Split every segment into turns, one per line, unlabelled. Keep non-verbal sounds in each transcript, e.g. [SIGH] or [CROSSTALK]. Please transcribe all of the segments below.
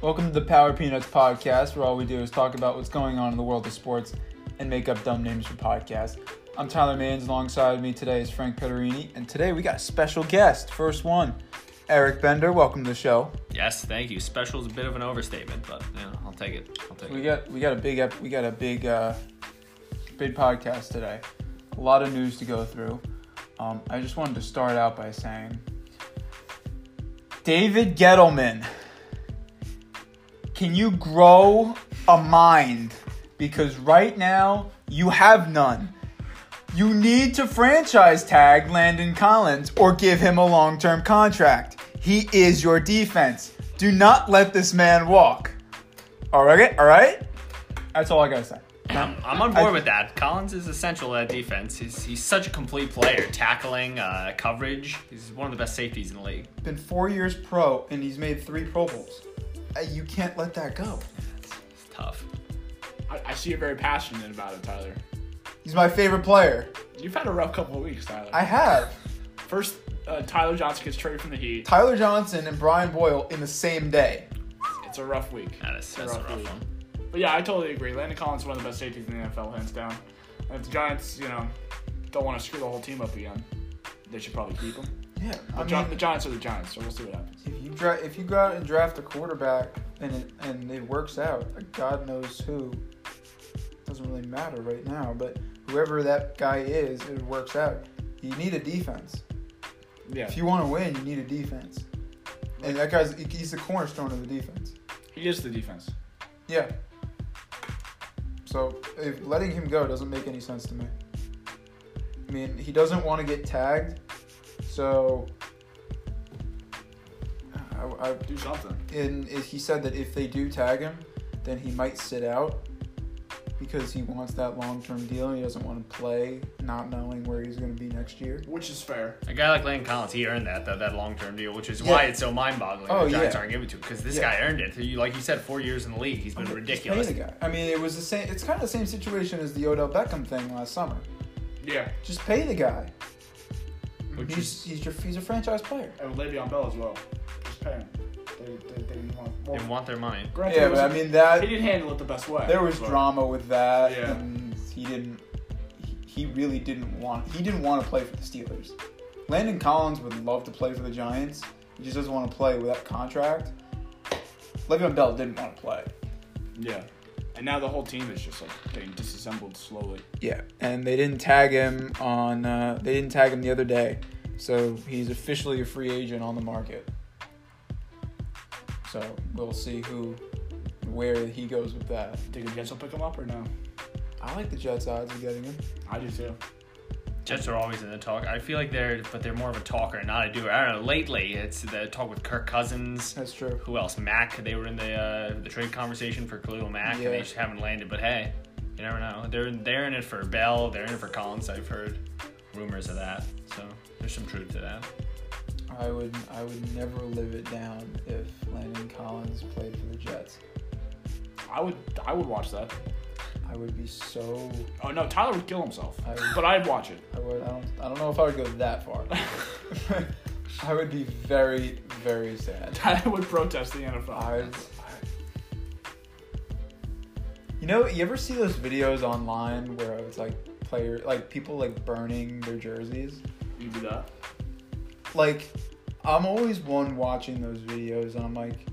Welcome to the Power Peanuts podcast, where all we do is talk about what's going on in the world of sports and make up dumb names for podcasts. I'm Tyler Manns. Alongside me today is Frank Pederini, and today we got a special guest. First one, Eric Bender. Welcome to the show.
Yes, thank you. Special is a bit of an overstatement, but you know, I'll take it. I'll take
We
it.
got we got a big ep- we got a big uh, big podcast today. A lot of news to go through. Um, I just wanted to start out by saying David Gettleman, can you grow a mind? Because right now you have none. You need to franchise tag Landon Collins or give him a long term contract. He is your defense. Do not let this man walk. All right, all right. That's all I gotta say.
I'm, I'm on board with that. Collins is essential to that defense. He's, he's such a complete player, tackling, uh, coverage. He's one of the best safeties in the league.
Been four years pro, and he's made three Pro Bowls. Uh, You can't let that go.
It's tough.
I, I see you're very passionate about it, Tyler.
He's my favorite player.
You've had a rough couple of weeks, Tyler.
I have
First, uh, Tyler Johnson gets traded from the Heat.
Tyler Johnson and Brian Boyle in the same day.
It's a rough week.
That is, that's a rough one.
But yeah, I totally agree. Landon Collins is one of the best safeties in the NFL, hands down. And if the Giants, you know, don't want to screw the whole team up again, they should probably keep him.
Yeah,
But
I
Gi-
mean,
the Giants are the Giants, so we'll see what happens.
if you dra- if you go out and draft a quarterback and it, and it works out, like God knows who. Doesn't really matter right now, but whoever that guy is, it works out. You need a defense.
Yeah,
If you want to win, you need a defense. And that guy's he's the cornerstone of the defense.
he is the defense.
Yeah. So if letting him go doesn't make any sense to me. I mean, he doesn't want to get tagged, so. I, I,
Do something.
and if he said that if they do tag him, then he might sit out because he wants that long-term deal. and He doesn't want to play not knowing where he's going to be next year.
Which is fair.
A guy like Landon Collins, he earned that that, that long term deal, which is why
Yeah.
it's so mind boggling.
Oh,
the Giants
yeah.
aren't giving it to him because this
Yeah.
guy earned it. He- like you said, four years in the league, he's been
Just pay
ridiculous.
the guy. I mean, it was the same. It's kind of the same situation as the Odell Beckham thing last summer.
Yeah,
Just pay the guy.
Which
He's,
is
he's your he's a franchise player.
and with Le'Veon Bell as well. Just pay him. They, they, they didn't want.
they
Well,
want their money.
granted,
Yeah,
it was
but I
a-
mean
he
that
didn't handle it the best way.
there was
but-
drama with that,
Yeah.
and he didn't. he- He really didn't want. He didn't want to play for the Steelers. Landon Collins would love to play for the Giants. He just doesn't want to play with that contract. Le'Veon Bell didn't want to play.
Yeah. And now the whole team is just like getting disassembled slowly.
Yeah, and they didn't tag him on. Uh, they didn't tag him the other day, so he's officially a free agent on the market. So we'll see who, where he goes with that.
Think the Jets will pick him up or no?
I like the Jets' odds of getting him.
I do too.
Jets are always in the talk. I feel like they're, but they're more of a talker, not a doer. I don't know. Lately, it's the talk with Kirk Cousins.
That's true.
Who else? Mac. They were in the uh, the trade conversation for Khalil Mack, and
Yeah.
they just haven't landed. But hey, you never know. They're they're in it for Bell. They're in it for Collins. I've heard rumors of that. So there's some truth to that.
I would I would never live it down if Landon Collins played for the Jets.
I would I would watch that.
I would be so
Oh no, Tyler would kill himself.
I would-
But I'd watch it. [LAUGHS]
I would I don't I don't know if I would go that far. [LAUGHS] I would be very very sad.
Tyler would protest the NFL.
I, I You know, you ever see those videos online where it's like player like people like burning their jerseys?
You
[LAUGHS]
do that.
Like I'm always one watching those videos and I'm like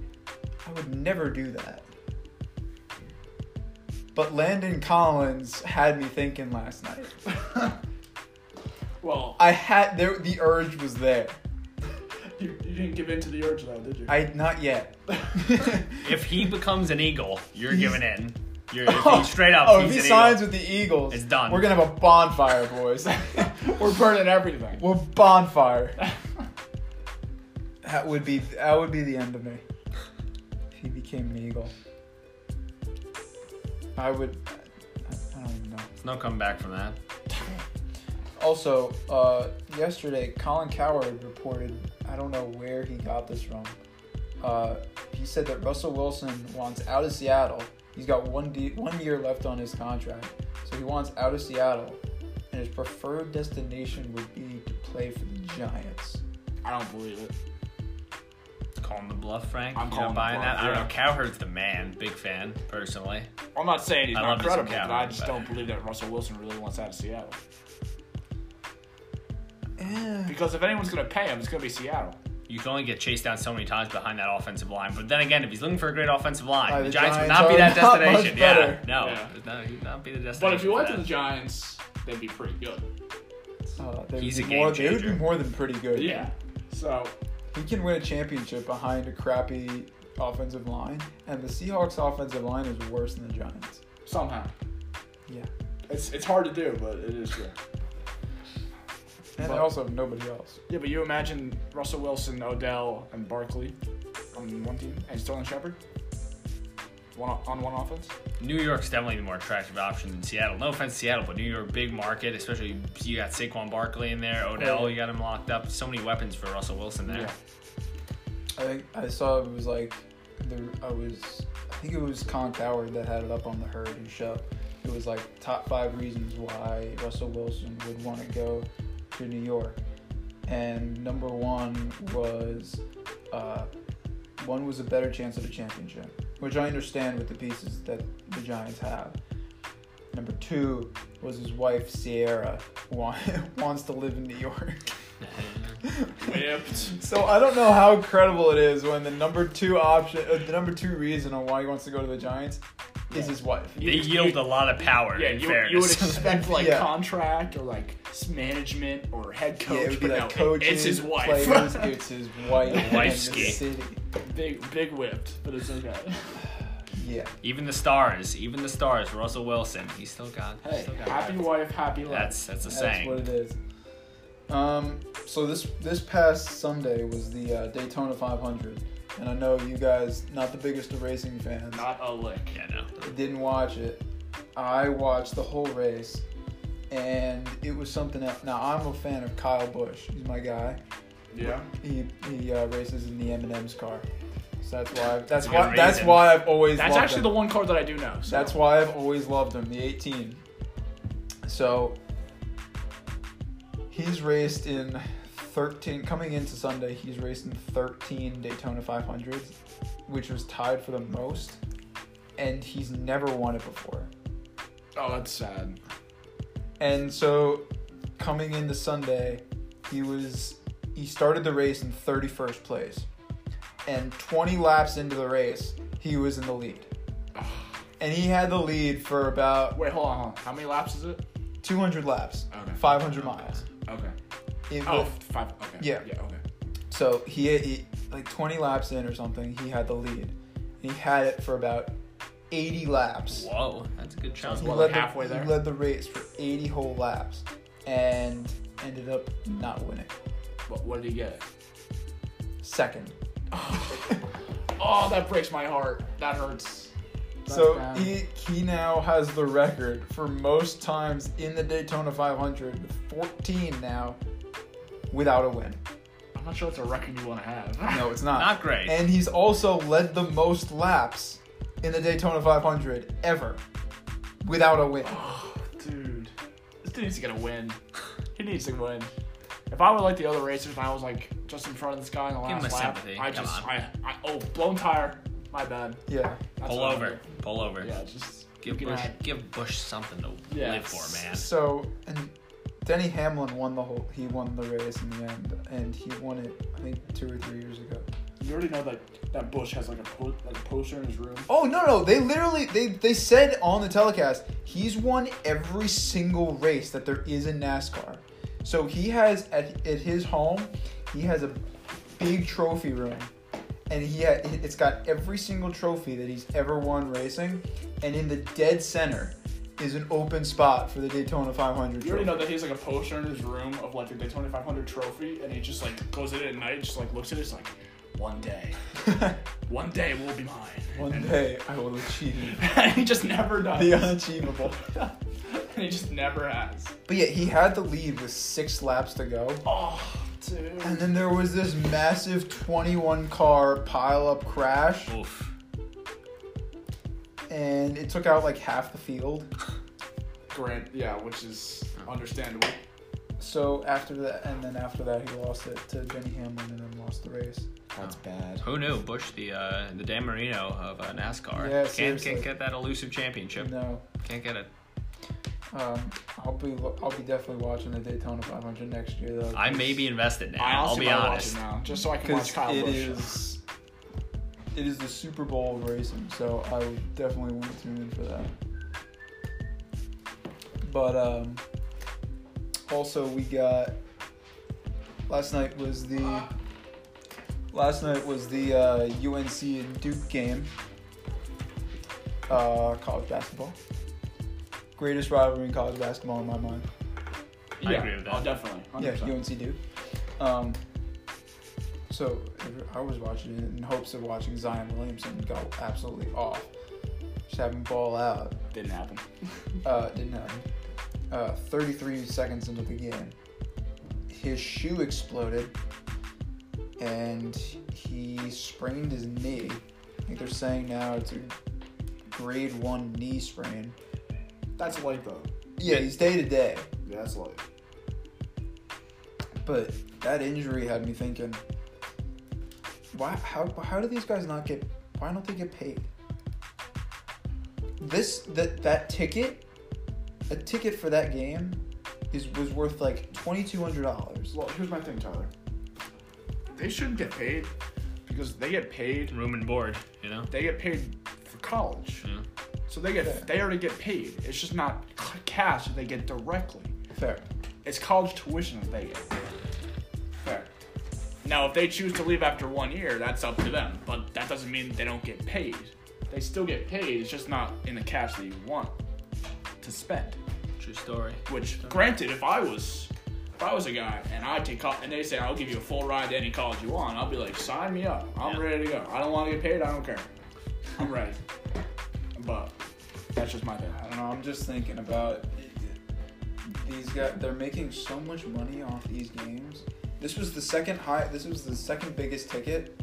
I would never do that. But Landon Collins had me thinking last night.
Well,
I had there the urge was there.
you, you didn't give in to the urge though, did you?
I not yet.
If he becomes an Eagle, you're
He's-
giving in. You're if he, straight up.
[LAUGHS] Oh,
he's
if he
an
signs
Eagle.
with the Eagles,
It's done.
We're gonna have a bonfire, boys.
[LAUGHS]
[LAUGHS]
We're burning everything. [LAUGHS]
we're bonfire. That would be that would be the end of me. If he became an Eagle, I would. I, I don't even know.
There's no comeback from that.
Also, uh, yesterday, Colin Coward reported, I don't know where he got this from. Uh, he said that Russell Wilson wants out of Seattle. He's got one, de- one year left on his contract. So he wants out of Seattle. And his preferred destination would be to play for the Giants.
I don't believe it.
calling the bluff, Frank.
I'm
You're not
calling the
buying
bluff,
that. I
yeah.
don't know. Cowherd's the man. Big fan, personally.
I'm not saying he's
I
not
love Mr.
credible,
Coward,
but I just
but-
don't believe that Russell Wilson really wants out of Seattle.
Eh.
Because if anyone's going to pay him, it's going to be Seattle.
You can only get chased down so many times behind that offensive line. But then again, if he's looking for a great offensive line,
Uh,
the,
the
Giants, would
Giants
not be
are [LAUGHS]
that
not much
destination. yeah,
better.
no,
Yeah.
no, he'd not be the destination.
But if you
for
went
that.
to the Giants, they'd be pretty good.
Uh, they would
He's
be
a game
more, they would be
changer.
more than pretty good.
Yeah. So
He can win a championship behind a crappy offensive line, and the Seahawks offensive line is worse than the Giants.
somehow
Yeah.
it's it's hard to do, but it is true.
And they
But-
also have nobody else.
Yeah, but you imagine Russell Wilson, Odell, and Barkley on one team, and Sterling Shepard one o- on one offense.
New York's definitely the more attractive option than Seattle. No offense, to Seattle, but New York, big market, especially you got Saquon Barkley in there, Odell, you got him locked up. So many weapons for Russell Wilson there.
I think I saw it was like the I was I think it was Con Howard that had it up on the herd and show. It was like top five reasons why Russell Wilson would want to go to New York, and number one was uh, one was a better chance at a championship, which I understand with the pieces that the Giants have. Number two was his wife Sierra [LAUGHS] wa- wants to live in New York.
Whipped.
So I don't know how credible it is when the number two option, uh, the number two reason on why he wants to go to the Giants, is his wife.
They yield a lot of power.
Yeah,
in
you,
fairness.
you would [LAUGHS] expect like
Yeah.
contract or like s- management or head coach,
yeah, it would be
but
like
no, it-
coaching,
it's his wife. [LAUGHS]
players, it's his wife, and the
Wife's gay.
city.
big big whipped, but [LAUGHS] it's okay.
Yeah,
[LAUGHS] even the stars, even the stars, Russell Wilson, he's still got. he's
Hey,
still got
happy wife, happy life.
That's that's a
that's
saying.
what it is. Um, so this this past Sunday was the uh, Daytona 500, and I know you guys not the biggest of racing fans.
not a lick.
yeah, no.
didn't watch it. I watched the whole race, and it was something else. Now I'm a fan of Kyle Busch. He's my guy.
Yeah.
He he uh, races in the M&M's car, so that's why I've, that's
Good
why that's
reason.
why I've always
That's
loved
actually
him.
the one card that I do know. So.
That's why I've always loved him, the 18. So he's raced in 13 coming into Sunday, he's raced in 13 Daytona 500s, which was tied for the most and he's never won it before.
oh, that's sad.
And so coming into Sunday, he was he started the race in 31st place. And 20 laps into the race, he was in the lead. And he had the lead for about
Wait, hold on, hold on. How many laps is it?
200 laps,
Okay.
500 miles.
Okay.
It
Oh,
was,
five. Okay.
Yeah.
Yeah. Okay.
so he, he like 20 laps in or something, he had the lead. He had it for about 80 laps.
Whoa, that's a good chunk.
He
Well,
led,
halfway
the,
there.
he led the race for 80 whole laps and ended up not winning.
What, what did he get?
Second.
Oh, that breaks my heart. That hurts. That's
so
bad.
he, he now has the record for most times in the Daytona 500, with 14 now, without a win.
I'm not sure it's a record you want to have.
No, it's not.
Not great.
And he's also led the most laps in the Daytona 500 ever without a
[GASPS]
win.
[LAUGHS] dude, this dude needs to get a win. He needs to win. If I were like the other racers and I was like just in front of this guy in the
Give him
last
a
lap,
sympathy.
I
Come
just,
on.
I, I, oh, blown tire. My bad.
Yeah.
That's
Pull
what I
over,
did.
pull over.
Yeah, just
Give
you can
Bush,
have-
give Bush something to
Yeah.
live for, man.
So, and Denny Hamlin won the whole, he won the race in the end, and he won it, I think, two or three years ago.
You already know that that Bush has like a po- like a poster in his room.
Oh, no, no. They literally, they, they said on the telecast, he's won every single race that there is in NASCAR. So he has, at, at his home, he has a big trophy room. and he had, it's got every single trophy that he's ever won racing, and in the dead center is an open spot for the Daytona 500.
You already know
trophy.
that he has like a poster in his room of like the Daytona 500 trophy, and he just like goes in at night, just like looks at it, just like, one [LAUGHS] day, one day will be mine. [LAUGHS]
One day I will achieve
and he just never does.
the [LAUGHS] unachievable.
and [LAUGHS] he just never has.
But yeah, he had the lead with six laps to go,
Oh, dude.
and then there was this massive 21 car pile-up crash,
Oof.
and it took out like half the field.
Grant, yeah, which is understandable.
So after that, and then after that, he lost it to Denny Hamlin, and then lost the race.
That's bad.
Who knew Bush, the uh, the Dan Marino of uh, NASCAR,
Yeah,
can't,
seriously.
can't get that elusive championship.
No,
Can't get it.
um, I'll be I'll be definitely watching the Daytona 500 next year though.
I may be invested now.
I
I'll be
honestly might
honest.
watch it now just so I can watch
because
Kyle
it
Busch.
is it is the Super Bowl of racing, so I would definitely want to tune in for that. But um, also we got last night was the last night was the uh, UNC and Duke game, uh, college basketball. Greatest rivalry in college basketball in my mind.
I agree with that.
Oh, definitely. 100%.
Yeah, UNC Duke. Um, so I was watching it in hopes of watching Zion Williamson go absolutely off. Just have him ball out.
Didn't happen.
Uh, didn't happen. Uh, 33 seconds into the game, his shoe exploded and he sprained his knee. I think they're saying now it's a grade one knee sprain.
That's light though.
Yeah, he's day to day.
Yeah, that's light.
But that injury had me thinking, why? How? How do these guys not get? Why don't they get paid? This that that ticket, a ticket for that game, is was worth like twenty two hundred dollars.
Well, here's my thing, Tyler. They shouldn't get paid because they get paid.
Room and board, you know.
They get paid for college,
Yeah.
so they get
Yeah.
they already get paid. It's just not c- cash that they get directly.
Fair.
It's college tuition that they get. Fair. Now, if they choose to leave after one year, that's up to them. But that doesn't mean they don't get paid. They still get paid. It's just not in the cash that you want to spend.
True story.
Which, granted, if I was if I was a guy and I take col- and they say I'll give you a full ride to any college you want, I'll be like, sign me up. I'm
Yeah.
ready to go. I don't want to get paid. I don't care. I'm ready. but that's just my thing.
I don't know. I'm just thinking about these guys. They're making so much money off these games. This was the second high. This was the second biggest ticket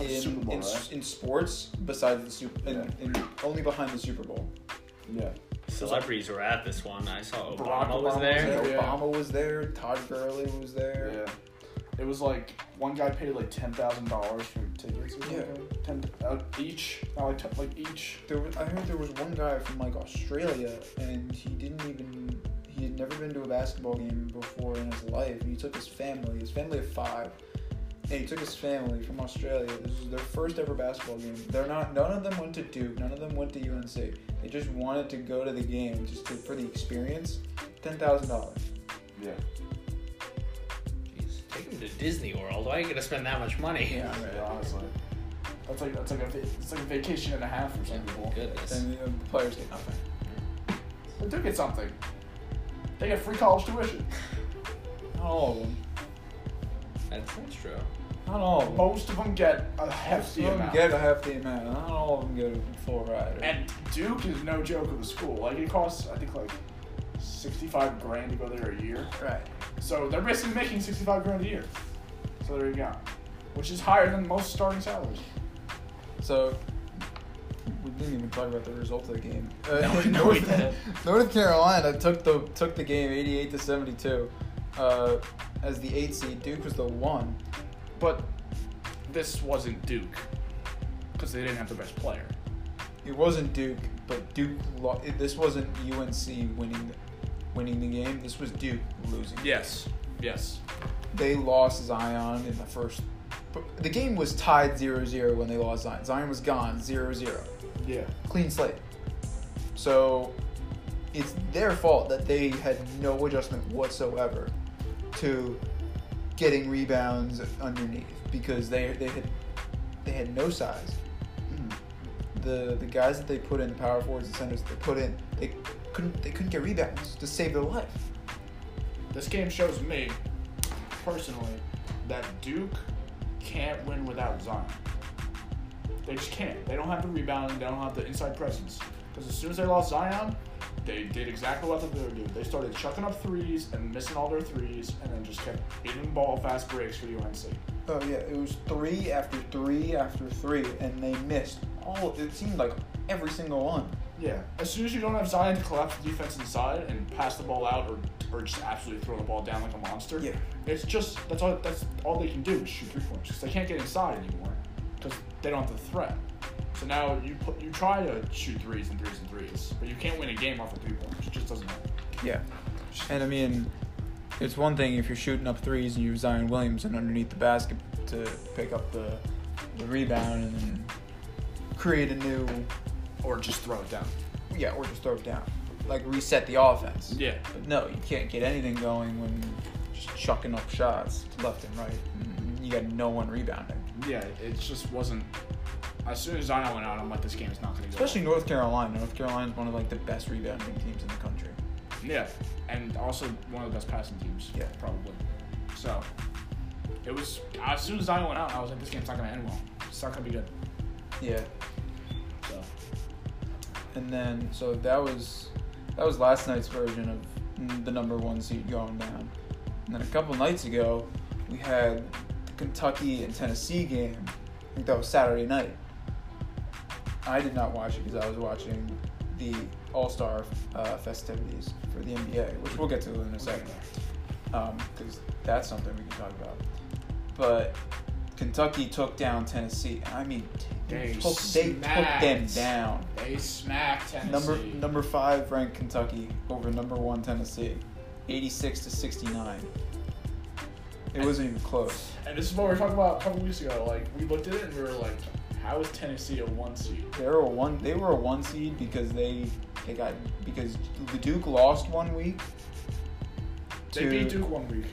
in,
the Super Bowl,
in,
right?
in sports, besides the Super, in, in, only behind the Super Bowl.
Yeah.
Celebrities were at this one. I saw
Barack
Obama, was
Obama
there.
was Yeah.
Obama was there. Todd Gurley was there.
It was like one guy paid like ten thousand dollars for tickets. Or
Yeah.
Ten uh, each. Not like ten, like each.
There was, I heard there was one guy from like Australia, and he didn't even he had never been to a basketball game before in his life. And he took his family, his family of five, and he took his family from Australia. This was their first ever basketball game. They're not none of them went to Duke, none of them went to UNC. They just wanted to go to the game just to, for the experience. Ten thousand dollars.
Yeah.
Jeez, take them to Disney World. Why are you gonna spend that much money?
honestly. That's like that's like a va- it's like a vacation and a half for some people.
Goodness.
And the players get nothing.
But they get something. They get free college tuition. [LAUGHS]
Not all of them.
That's, that's true.
Not all of them.
Most of them get a hefty
Some of them
amount.
get a hefty amount. Not all of them get a full ride.
And Duke is no joke of a school. Like it costs, I think, like sixty-five grand to go there a year.
right.
So they're basically making sixty-five grand a year. So there you go, which is higher than most starting salaries.
So we didn't even talk about the results of the game. Uh,
no, we didn't.
[LAUGHS] North Carolina took the took the game 88 to 72 uh, as the eight seed. Duke was the one.
But this wasn't Duke because they didn't have the best player.
It wasn't Duke, but Duke. Lo- this wasn't UNC winning the, winning the game. This was Duke losing.
Yes. Yes.
They lost Zion in the first. but The game was tied 0-0 when they lost Zion. Zion was gone 0-0.
Yeah.
clean slate. So it's their fault that they had no adjustment whatsoever to getting rebounds underneath because they they had they had no size. Hmm. The the guys that they put in, the power forwards and centers that they put in, they couldn't they couldn't get rebounds to save their life.
This game shows me, personally, that Duke can't win without Zion. They just can't. They don't have the rebounding. They don't have the inside presence. Because as soon as they lost Zion, they did exactly what they would do. They started chucking up threes and missing all their threes, and then just kept hitting ball fast breaks for UNC.
Oh yeah, it was three after three after three, and they missed all. It seemed like every single one.
Yeah. As soon as you don't have Zion to collapse the defense inside and pass the ball out or, or just absolutely throw the ball down like a monster,
Yeah.
it's just that's all that's all they can do is shoot three pointers because they can't get inside anymore because they don't have the threat. So now you put, you try to shoot threes and threes and threes, but you can't win a game off of three pointers. It just doesn't work.
Yeah. And I mean, it's one thing if you're shooting up threes and you have Zion Williamson underneath the basket to pick up the, the rebound and then create a new,
Or just throw it down.
yeah, or just throw it down. Like reset the offense.
Yeah.
But no, you can't get anything going when you're just chucking up shots left and right. And you got no one rebounding.
Yeah. It just wasn't. As soon as Zion went out, I'm like, this game is not going to go.
Especially North Carolina. North Carolina's one of like the best rebounding teams in the country.
Yeah, and also one of the best passing teams.
Yeah.
probably. So it was as soon as Zion went out, I was like, this game's not gonna end well. It's not gonna be good.
Yeah.
So
And then so that was that was last night's version of n- the number one seed going down. And then a couple nights ago, we had the Kentucky and Tennessee game. I think that was Saturday night. I did not watch it because I was watching the All Star uh, festivities for the NBA, which we'll get to in a second, because that's something we can talk about. But Kentucky took down Tennessee. I mean, t-
They
took, they took them
smacked.
down.
they smacked Tennessee.
Number number five ranked Kentucky over number one Tennessee, eighty six to sixty nine. It wasn't even close.
and this is what we were talking about a couple weeks ago. Like we looked at it and we were like, how is Tennessee a one seed?
They were a one. They were a one seed because they they got because the Duke lost one week.
They
to-
beat Duke one week.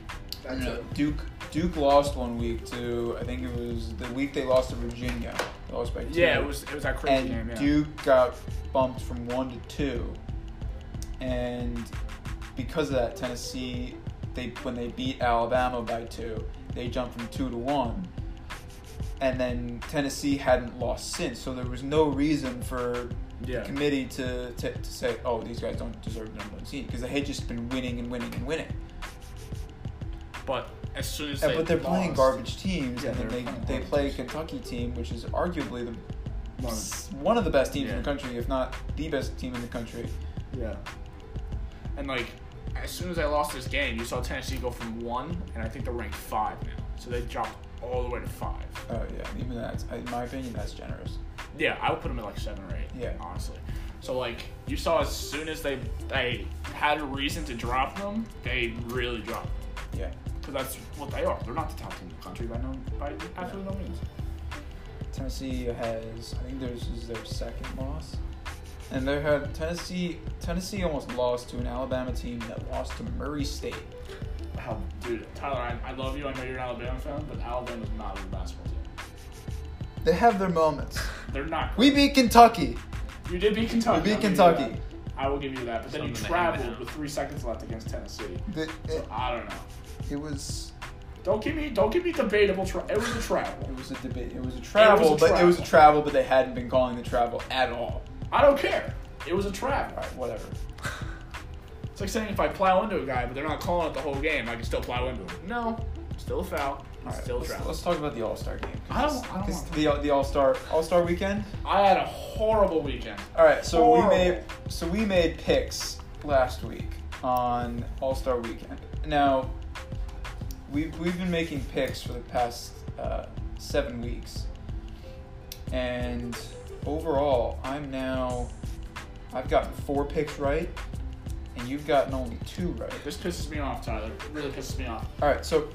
That's
No,
it.
Duke Duke lost one week to I think it was the week they lost to Virginia. They lost by two.
Yeah, it was it was that
and
crazy game. Yeah.
Duke got bumped from one to two, and because of that, Tennessee they when they beat Alabama by two, they jumped from two to one, and then Tennessee hadn't lost since, so there was no reason for
Yeah.
the committee to, to, to say, oh, these guys don't deserve the number one seed because they had just been winning and winning and winning.
But as soon as
Yeah,
they
but they're playing
lost,
garbage teams,
Yeah,
and
they're
then
playing
they, they
garbage
play a
teams.
Kentucky team, which is arguably the
One.
s- one of the best teams in
Yeah.
the country, if not the best team in the country.
Yeah. And like, as soon as I lost this game, you saw Tennessee go from one, and I think they're ranked five now. So they dropped all the way to five.
Oh yeah, even that's in my opinion that's generous.
Yeah, I would put them at like seven or eight.
Yeah.
Honestly. So like, you saw as soon as they they had a reason to drop them, they really dropped them.
Yeah,
Because that's what they are. They're not the top team in the country by no by absolutely no means.
Tennessee has I think theirs is their second loss, and they had Tennessee Tennessee almost lost to an Alabama team that lost to Murray State.
How, dude, Tyler, I, I love you. I know you're an Alabama fan, but Alabama's not a good basketball team.
They have their moments.
They're not.
We beat Kentucky.
You did beat Kentucky.
We beat
I'll give you that.
Kentucky.
I will give you that. But then you
Something to hang
traveled
on.
with three seconds left against Tennessee.
The- it,
I don't know.
it was
Don't give me don't give me debatable. Tra- it was a travel.
it was a debate. It was a travel, but it was a travel, but they hadn't been calling the travel at all.
I don't care. It was a travel.
All right, whatever.
It's like saying if I plow into a guy, but they're not calling it the whole game, I can still plow into him. No, still a foul.
All right,
still a
let's,
travel.
let's talk about the All Star game.
I don't. I, don't
Because
want
the the All Star All Star weekend.
I had a horrible weekend.
All right, so
Horrible.
we made so we made picks last week on All Star Weekend. Now we've we've been making picks for the past uh, seven weeks, and overall, I'm now I've gotten four picks right, and you've gotten only two right.
This pisses me off, Tyler. It really pisses me off.
All right, so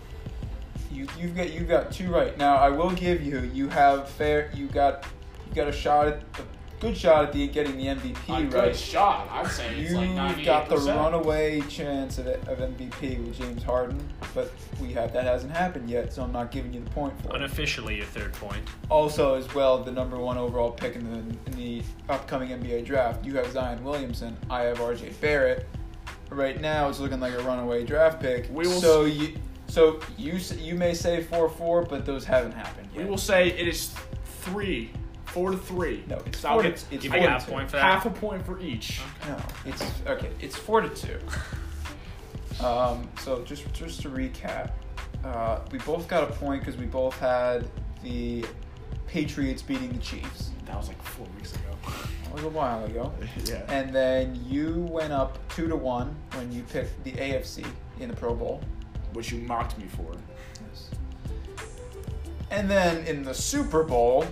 you you've got you've got two right. Now I will give you you have fair you got you got a shot at a good shot at the getting the MVP
a
right.
good shot. I'd say it's like
You've
98%.
got the runaway chance of, of MVP with James Harden, but we have that hasn't happened yet, so I'm not giving you the point for it.
Unofficially, your third point.
Also, as well, the number one overall pick in the, in the upcoming NBA draft, you have Zion Williamson. I have RJ Barrett. Right now, it's looking like a runaway draft pick.
We will
so you, so you s- you may say four four, but those haven't happened yet.
We will say it is three, four to three.
No, it's
So I'll
four to-
get
it's
Give
four
me
to
half
two.
point for that.
half a point for each.
No, it's okay. It's four to two. Um, so just just to recap, uh, we both got a point because we both had the Patriots beating the Chiefs.
That was like four weeks ago.
That was a while ago.
[LAUGHS] yeah.
And then you went up two to one when you picked the AFC in the Pro Bowl.
Which you mocked me for.
And then in the Super Bowl,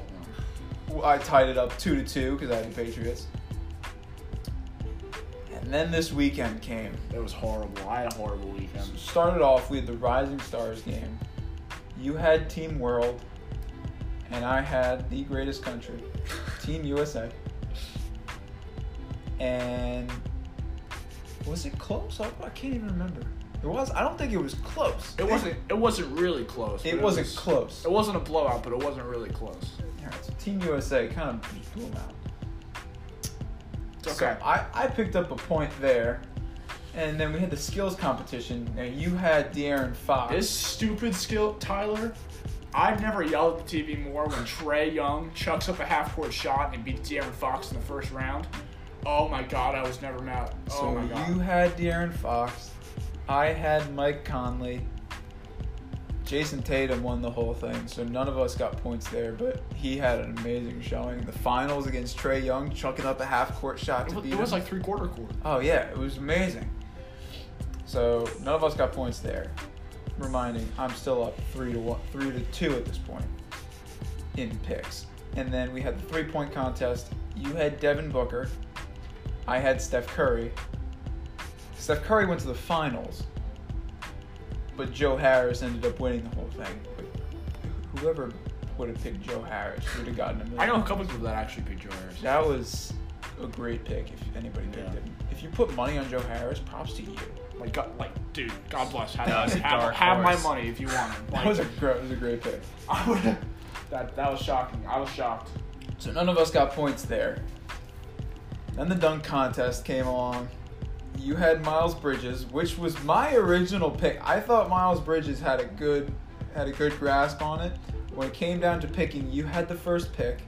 I tied it up two to two because I had the Patriots. And then this weekend came.
That was horrible. I had a horrible weekend.
Started off, we had the Rising Stars game. You had Team World, and I had the greatest country, Team USA. And was it close? I, I can't even remember. It was. I don't think it was close.
It wasn't. It wasn't really close. but
It wasn't
was-
close.
It wasn't a blowout, but it wasn't really close.
Alright, so Team USA kind of just blew 'em out.
It's okay.
So I, I picked up a point there, and then we had the skills competition, and you had De'Aaron Fox.
This stupid skill, Tyler. I've never yelled at the TV more when Trey Young chucks up a half-court shot and beats De'Aaron Fox in the first round. Oh my God, I was never mad. Oh
so
my God.
you had De'Aaron Fox, I had Mike Conley. Jason Tatum won the whole thing, so none of us got points there, but he had an amazing showing. in The finals against Trey Young, chucking up a half court shot
it
to
was,
beat
it was
him.
like three-quarter court.
Oh yeah, it was amazing. So none of us got points there. Reminding, I'm still up three to one, three to two at this point in picks. And then we had the three point contest. You had Devin Booker. I had Steph Curry. Steph Curry went to the finals, but Joe Harris ended up winning the whole thing. But whoever would have picked Joe Harris would have gotten a million.
I know a couple people that actually picked Joe Harris.
That was a great pick if anybody picked
Yeah.
it. If you put money on Joe Harris, props to you.
Like, God, like, dude, God bless. Have,
That was a
have,
dark
have my
horse.
money if you want it.
[LAUGHS] That was a great, was a great pick.
I would. That that was shocking. I was shocked.
So none of us got points there. Then the dunk contest came along. You had Miles Bridges, which was my original pick. I thought Miles Bridges had a good had a good grasp on it. When it came down to picking, you had the first pick.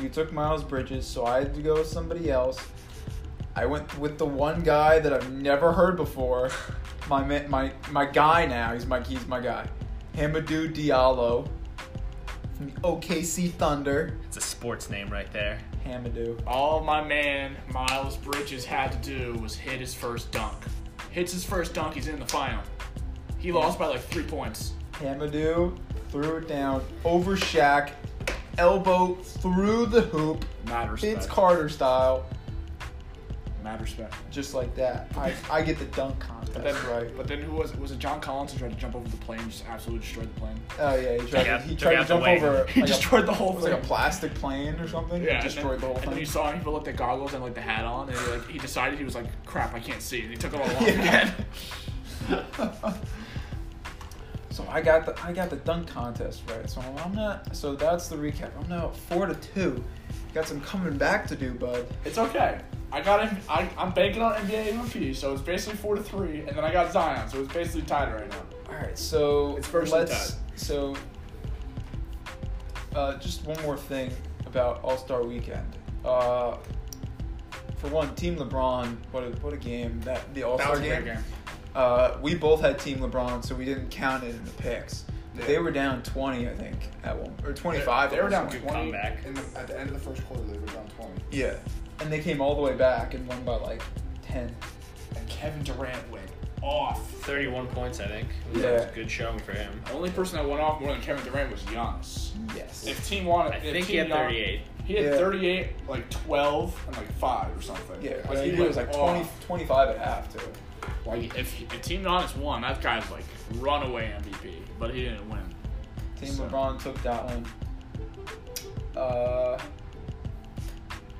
You took Miles Bridges, so I had to go with somebody else. I went with the one guy that I've never heard before. My ma- my my guy now. He's my he's my guy. Hamadou Diallo from the OKC Thunder.
It's a sports name right there.
Hamadou.
All my man Miles Bridges had to do was hit his first dunk. Hits his first dunk. He's in the final. He lost by like three points.
Hamadou threw it down over Shaq, elbow through the hoop,
Mad respect.
Vince Carter style,
Mad respect.
just like that. I, I get the dunk contest,
But then,
right?
but then who was it? Was it John Collins who tried to jump over the plane and just absolutely destroyed the plane? [LAUGHS]
Oh yeah, he tried,
Took out-
he
took
tried to
out the
jump
way.
over.
He
like a-
destroyed the whole
it was like
thing.
a plastic plane or something.
yeah,
Yeah, destroyed
and then,
the
and
whole
then
[LAUGHS]
you
thing.
saw him. He put like the goggles and like the hat on, and he, like he decided he was like, "Crap, I can't see." And he took
[LAUGHS]
it all off
Yeah.
again.
So I got the I got the dunk contest right. So I'm not. So that's the recap. I'm now at four to two. Got some coming back to do, bud.
It's okay. I got him. I, I'm banking on NBA MVP, so it's basically four to three, and then I got Zion, so it's basically tied right now.
All right, so
It's first and
let's
tied.
so uh, just one more thing about All Star Weekend. Uh, for one, Team LeBron, what a what a game that the All
That was
Star
a
game.
great game.
Uh, we both had Team LeBron, so we didn't count it in the picks. But
Yeah.
They were down twenty, I think, at one or twenty five.
They were down
Good
twenty.
comeback.
In the, at the end of the first quarter, they were down 20.
Yeah, and they came all the way back and won by like ten.
And Kevin Durant went off.
31 points, I think. It was
Yeah.
a good showing for him.
The only person that went off more than Kevin Durant was Giannis.
Yes.
If team wanted,
I
if
think
team
he had
Gian-
38.
He had
Yeah.
38, like 12, and like five or something.
yeah,
like
I think it
went
was like
off.
20, 25 at half too.
Like if, if team Giannis won, that guy's like runaway MVP, but he didn't win.
Team
So-
LeBron took that one. Uh,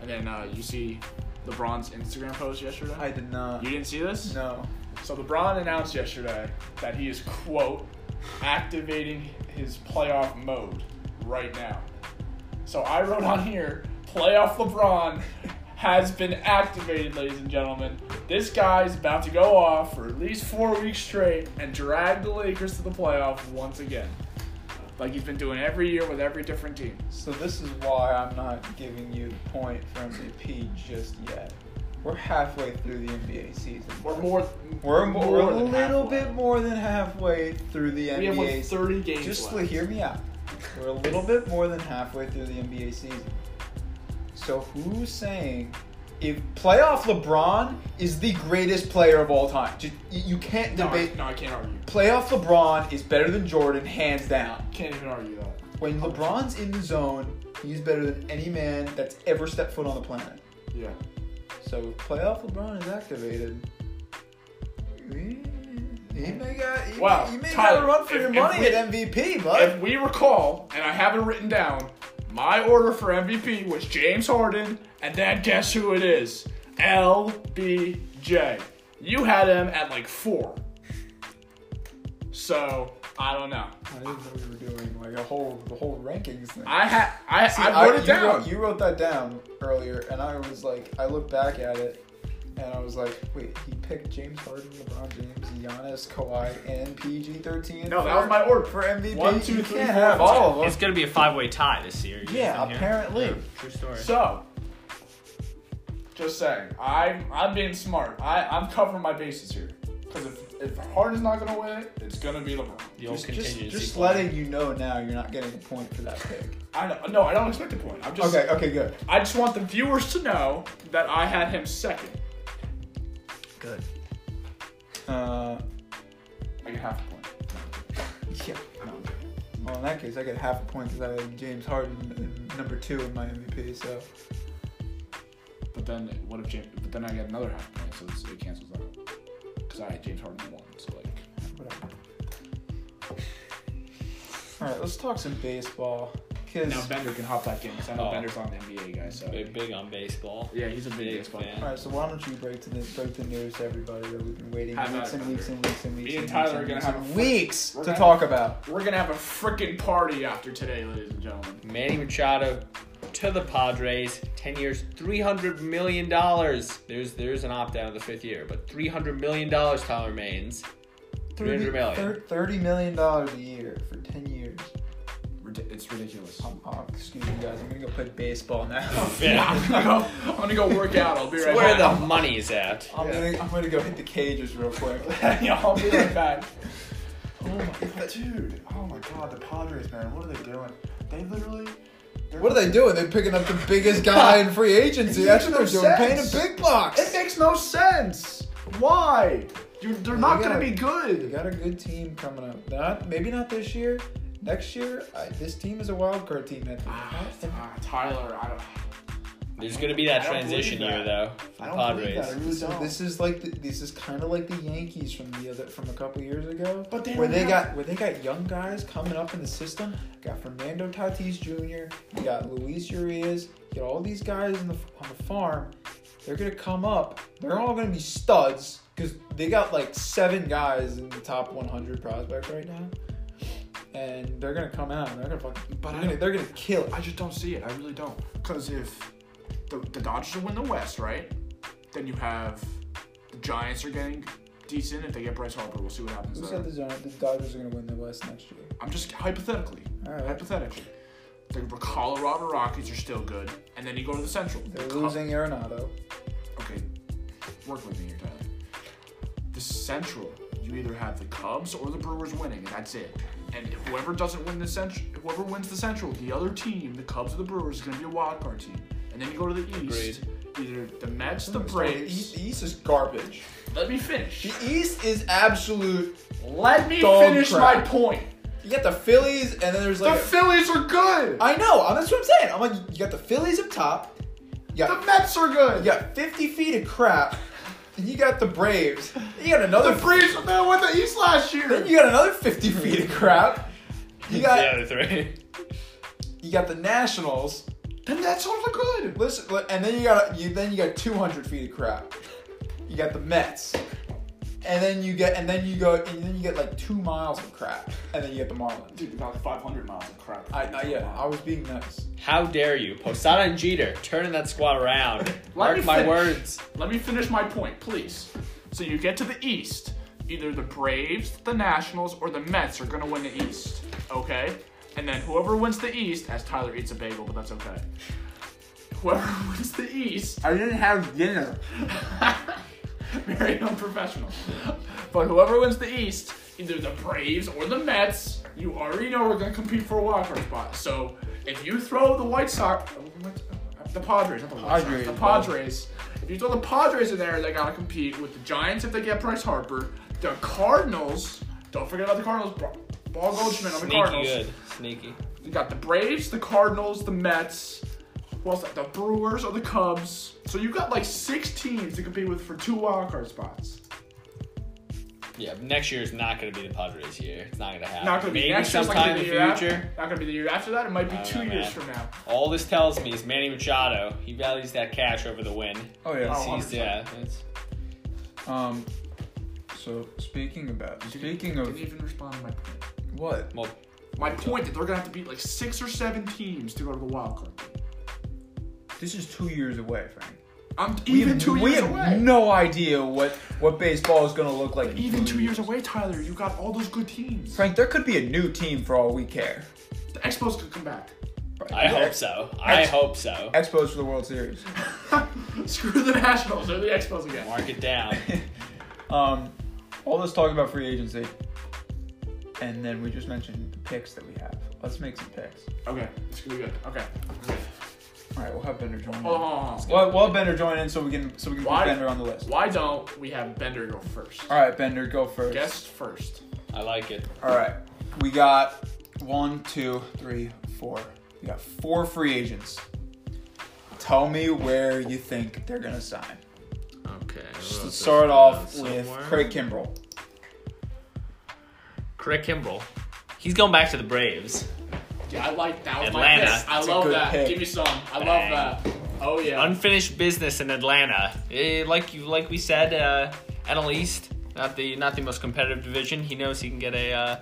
And then uh, you see LeBron's Instagram post yesterday.
I did not.
you didn't see this?
No.
So LeBron announced yesterday that he is quote activating his playoff mode right now. So I wrote on here, playoff LeBron has been activated, ladies and gentlemen. This guy's about to go off for at least four weeks straight and drag the Lakers to the playoff once again. Like he's been doing every year with every different team.
So this is why I'm not giving you the point for MVP just yet. We're halfway through the NBA season.
We're more
We're, mo- we're a
than
little
halfway.
bit more than halfway through the
We
NBA.
have like 30 games
Just
left.
hear me out. We're
[LAUGHS]
a little bit more than halfway through the NBA season. So who's saying if playoff LeBron is the greatest player of all time? Ju- You, you can't
No, I,
debate.
no, I can't argue.
Playoff LeBron is better than Jordan, hands down.
Can't even argue that.
When LeBron's in the zone, he's better than any man that's ever stepped foot on the planet.
Yeah.
So if playoff LeBron is activated, eh, he may got he
Wow,
may, he may
Tyler,
got a run for
if-
your
if
money
we-
at MVP, bud.
If we recall, and I have it written down, my order for MVP was James Harden, and then guess who it is? LBJ. You had him at like four. So I don't know.
I didn't know we were doing like a whole the whole rankings thing.
I had I,
See,
I wrote it
you
down.
Wrote, you wrote that down earlier, and I was like, I looked back at it, and I was like, wait, he picked James Harden, LeBron James, Giannis, Kawhi, and PG13.
no, that
for-
was my order.
for MVP.
One, two,
you
three,
can't
four,
have
five.
all of them.
It's gonna be a five-way tie this year. You
Yeah,
think,
apparently.
Yeah, True story.
So, just saying, I'm I'm being smart. I I'm covering my bases here because if if Harden's not gonna win it, it's gonna be LeBron.
the old
Just, just,
contingency.
just
plan.
letting you know now, you're not getting a point for that pick.
I know, no, I don't expect a point. I'm just
Okay, okay, good,
I just want the viewers to know that I had him second.
good. Uh,
I get half a point.
yeah. no. Well, in that case, I get half a point because I had James Harden uh, number two in my MVP. So
But then what if James? But then I get another half point, so it's, it cancels out. Because I had James Harden at one, so like.
whatever. All right, let's talk some baseball. Cause
Now Bender can hop back in because I know
Oh.
Bender's on the NBA guy. So
Big, big on baseball.
yeah, he's a big,
Big
baseball
fan.
all right, so why don't you break to the break the news to everybody that we've been waiting
Have
weeks
at it,
and weeks and weeks and weeks.
Me and
weeks
Tyler are gonna
weeks
have
and
a fr-
weeks
we're
to
gonna-
talk about.
We're gonna have a freaking party after today, ladies and gentlemen.
Manny Machado to the Padres, ten years, three hundred million dollars. There's there's an opt out of the fifth year, but three hundred million dollars. Tyler Maines. 300 million.
thir- Thirty million dollars a year for ten years.
Rid- It's ridiculous. [LAUGHS]
Um, oh, excuse me, guys. I'm gonna go play baseball now.
Yeah. [LAUGHS]
I'm gonna go. I'm gonna go work out. I'll be right
Where the
back.
money's at.
I'm gonna I'm gonna go hit the cages real quick.
[LAUGHS]
[LAUGHS]
yeah, I'll be right back.
Oh my god, dude. Oh my god, the Padres, man. What are they doing? They literally. they're-
What are they doing? They're picking up the biggest
[LAUGHS]
guy in free agency. That's what they're
Makes no
doing. Paying a
sense.
big box.
It makes no sense. Why? You, they're not
got
gonna
it.
be
They
good.
got a good team coming up. Not maybe not this year. Next year, I, this team is a wild card team. I think.
Ah, ah, Tyler, I don't.
There's gonna be that
I don't believe
transition year
that.
though. For
I
the
don't believe that. I
Padres.
really
So
don't.
this is like the, this is kind of like the Yankees from the other from a couple years ago,
But they
where
don't
they
have-
got where they got young guys coming up in the system. Got Fernando Tatis Jr. You got Luis Urias. You got all these guys in the, on the farm. They're gonna come up. They're all gonna be studs because they got like seven guys in the top 100 prospects right now, and they're gonna come out. And they're gonna fucking.
But I
they're, gonna,
don't-
they're gonna kill it.
I just don't see it. I really don't. Because if the, the Dodgers win the West, right? Then you have the Giants are getting decent. If they get Bryce Harper, we'll see what happens
Who
there.
said the, Giants- the Dodgers are gonna win the West next year?
I'm just hypothetically.
All right.
Hypothetically. The Colorado Rockies are still good. And then you go to the Central.
They're
The Col-
losing Arenado.
Okay. Work with me here, Tyler. The Central, you either have the Cubs or the Brewers winning, and that's it. And whoever doesn't win the Central, whoever wins the Central, the other team, the Cubs or the Brewers, is going to be a wild card team. And then you go to the East, either the Mets, the Braves.
The East is garbage.
Let me finish.
The East is absolute.
Let me
Dog
finish
crap.
my point.
You got the Phillies, and then there's
The
like.
Phillies are good.
I know. uh, That's what I'm saying. I'm like, you got the Phillies up top. You
The
got,
Mets are good.
you got 50 feet of crap. And you got the Braves. You got another.
The Braves were there with the East last year.
Then you got another 50 feet of crap. You
the
got
other three.
you got the Nationals.
the Mets are good.
Listen, li- and then you got you then you got 200 feet of crap. You got the Mets. And then you get and then you go and then you get like two miles of crap. And then you get the Marlins.
Dude, about 500 miles of crap.
I, I yeah, I was being nice.
How dare you, Posada and Jeter, turning that squad around?
me
Mark my
finish.
words.
Let me finish my point, please. So you get to the East, either the Braves, the Nationals, or the Mets are going to win the East, okay? And then whoever wins the East, as Tyler eats a bagel, but that's okay. Whoever [LAUGHS] wins the East,
I didn't have dinner.
[LAUGHS] very unprofessional. But whoever wins the East, either the Braves or the Mets You already know we're gonna compete for a wild card spot. So if you throw the White Sox, uh, the Padres, not the White Sox,
Padres,
the
bro.
Padres. If you throw the Padres in there, they gotta compete with the Giants if they get Bryce Harper, the Cardinals. Don't forget about the Cardinals. Bra- Paul Goldschmidt on the
Sneaky
Cardinals.
good. Sneaky.
You got the Braves, the Cardinals, the Mets. Who else? The Brewers or the Cubs. So you got like six teams to compete with for two wild card spots.
Yeah, next year is not going to be the Padres' year. It's not going to happen.
Not gonna be
Maybe
next year. It's not
sometime
gonna be
in
the
the
year
future.
After, not gonna be the year after that. It might be
I don't
two
know,
years
man.
from now.
All this tells me is Manny Machado. He values that cash over the win.
Oh yeah.
Oh.
Sees,
100%.
yeah, that's-
Oh.
Um. So speaking about speaking
didn't
of
even respond to my point.
what?
well,
My point that they're gonna have to beat like six or seven teams to go to the wild card.
This is two years away, Frank.
I'm
We
even
have-
two
we
years
have
away.
no idea what what baseball is going to look like. in
even two years away, Tyler. You got all those good teams.
Frank, there could be a new team for all we care.
The Expos could come back. [LAUGHS]
I hope so. I
Ex-
hope so.
Expos for the World Series.
Screw the Nationals. They're the Expos again.
Mark it down.
Um, all this talk about free agency, and then we just mentioned the picks that we have. Let's make some picks.
Okay, it's gonna be good. Okay. okay.
All right, we'll have Bender join.
Hold
In.
on, hold on, hold on.
Well, we'll have Bender join in so we can so we can
Uh-huh. Why-
put Bender on the list.
Why don't we have Bender go first?
All right, Bender, go first.
Guest first.
I like it.
All right, we got one, two, three, four. We got four free agents. Tell me where you think they're gonna sign.
Okay.
Let's start off
uh,
with Craig Kimbrell.
Craig Kimbrell. He's going back to the Braves.
Yeah, I like that. was my
Atlanta.
pick. I
That's a
love
good
that.
pick.
Give me some. I
Bang.
love that. Oh yeah.
Unfinished business in Atlanta. Eh, like you, like we said, uh, NL East, not the not the most competitive division. He knows he can get a uh,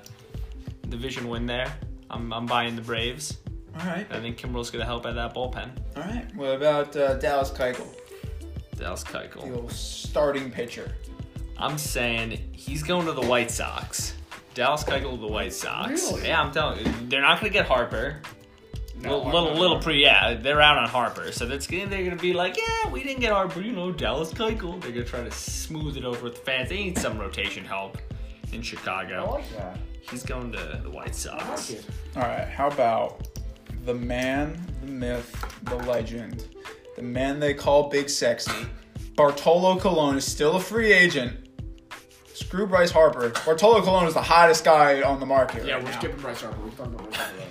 division win there. I'm, I'm buying the Braves.
All right,
I think Kimbrell's gonna help out that bullpen.
all right. What about uh, Dallas Keuchel,
Dallas
the
Keuchel.
old starting pitcher?
I'm saying he's going to the White Sox. Dallas Keuchel to the White Sox.
Really?
Yeah, I'm telling you, they're not gonna get Harper.
No,
little
I'm
little,
not
little
sure.
pre, yeah, they're out on Harper, so that's gonna they're gonna be like, yeah, we didn't get Harper, you know, Dallas Keuchel. They're gonna try to smooth it over with the fans. They need some rotation help in
I
Chicago.
like that.
Yeah.
He's going to the White
I like
Sox.
it.
All right, how about the man, the myth, the legend, the man they call Big Sexy? Bartolo Colon is still a free agent. Screw Bryce Harper. Bartolo Colon is the hottest guy on the market.
Yeah,
right
we're
now.
skipping Bryce Harper. We're talking about Bryce Harper. later.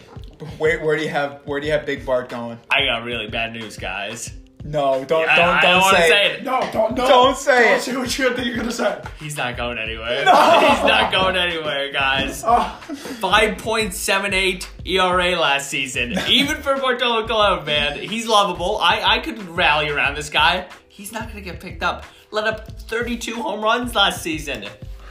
Wait, where do you have where do you have Big Bart going?
I got really bad news, guys.
No, don't
I-
don't
I
don't
wanna
say,
say
it.
it.
[LAUGHS] No, don't no.
Don't say
don't
it.
Say what you think you're gonna say.
He's not going anywhere. He's not going anywhere, guys.
Oh,
5.78 ERA E last season. Even for Bartolo Colon, man, he's lovable. I, I could rally around this guy. He's not going to get picked up. Let up 32 home runs last season.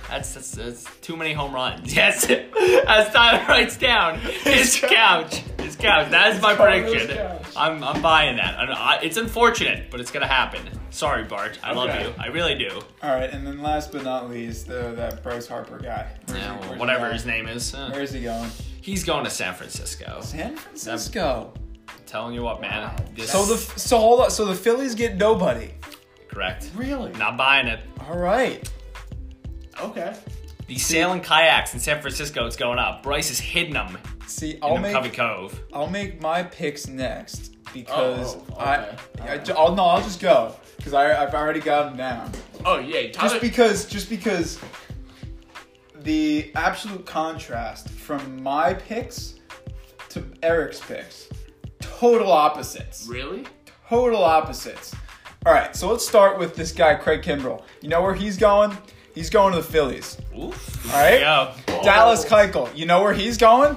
That's, that's, that's too many home runs. [LAUGHS] Yes, as Tyler writes down, his couch, his couch. That is my
Tyler's
prediction.
couch.
I'm, I'm buying that. And I, it's unfortunate, but it's gonna happen. Sorry, Bart. I love
Okay.
you. I really do.
All right, and then last but not least, the, that Bryce Harper guy. Where's
Yeah,
he- where's he
whatever
going?
his name is, Uh,
Where is he going?
he's going to San Francisco.
San Francisco.
Telling you what, man. This
So the so hold up. So the Phillies get nobody.
correct.
really?
Not buying it.
All right.
Okay.
The sailing kayaks in San Francisco is going up. Bryce is hitting them
See,
in
I'll
the
make
Covey Cove.
I'll make my picks next because
Oh, oh,
I,
okay.
I, will no, I'll just go because I I've already got them down.
Oh yeah, Tyler.
Just because, just because the absolute contrast from my picks to Eric's picks, total opposites.
really?
Total opposites. All right, so let's start with this guy Craig Kimbrell. You know where he's going? He's going to the Phillies.
Oof.
All right.
Yo.
Dallas Keuchel. You know where he's going?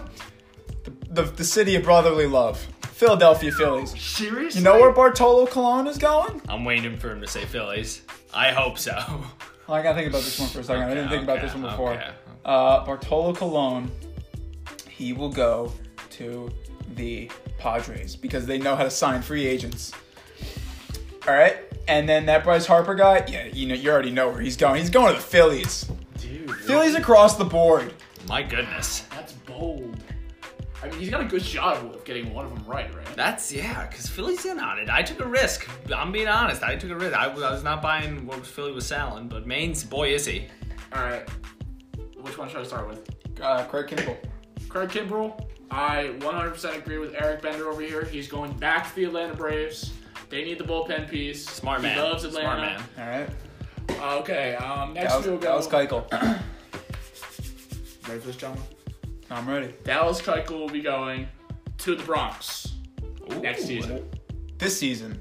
The, the, the city of brotherly love, Philadelphia Phillies.
Seriously?
You know where Bartolo Colon is going?
I'm waiting for him to say Phillies. I hope so.
Oh, I gotta think about this one for a second. I didn't think about this one before.
Okay.
Uh, Bartolo Colon, he will go to the Padres because they know how to sign free agents. All right, and then that Bryce Harper guy, yeah, you know, you already know where he's going. He's going to the Phillies.
Dude,
Phillies across the board.
My goodness.
that's bold. I mean, he's got a good shot of getting one of them right, right?
That's yeah, because Philly's in on it. I took a risk. I'm being honest. I took a risk. I, was- I was not buying what Philly was selling, but Maine's boy is he.
All right. Which one should I start with?
Uh, Craig Kimbrell.
Craig Kimbrell, I 100% agree with Eric Bender over here. He's going back to the Atlanta Braves. They need the bullpen piece.
Smart
he
man.
loves Atlanta.
Smart man.
All right.
Uh, okay, um, next
That was,
we'll go.
that was Keuchel. [CLEARS THROAT]
Ready for this, gentlemen?
I'm ready.
Dallas Keuchel will be going to the Bronx next
Ooh.
season.
This season.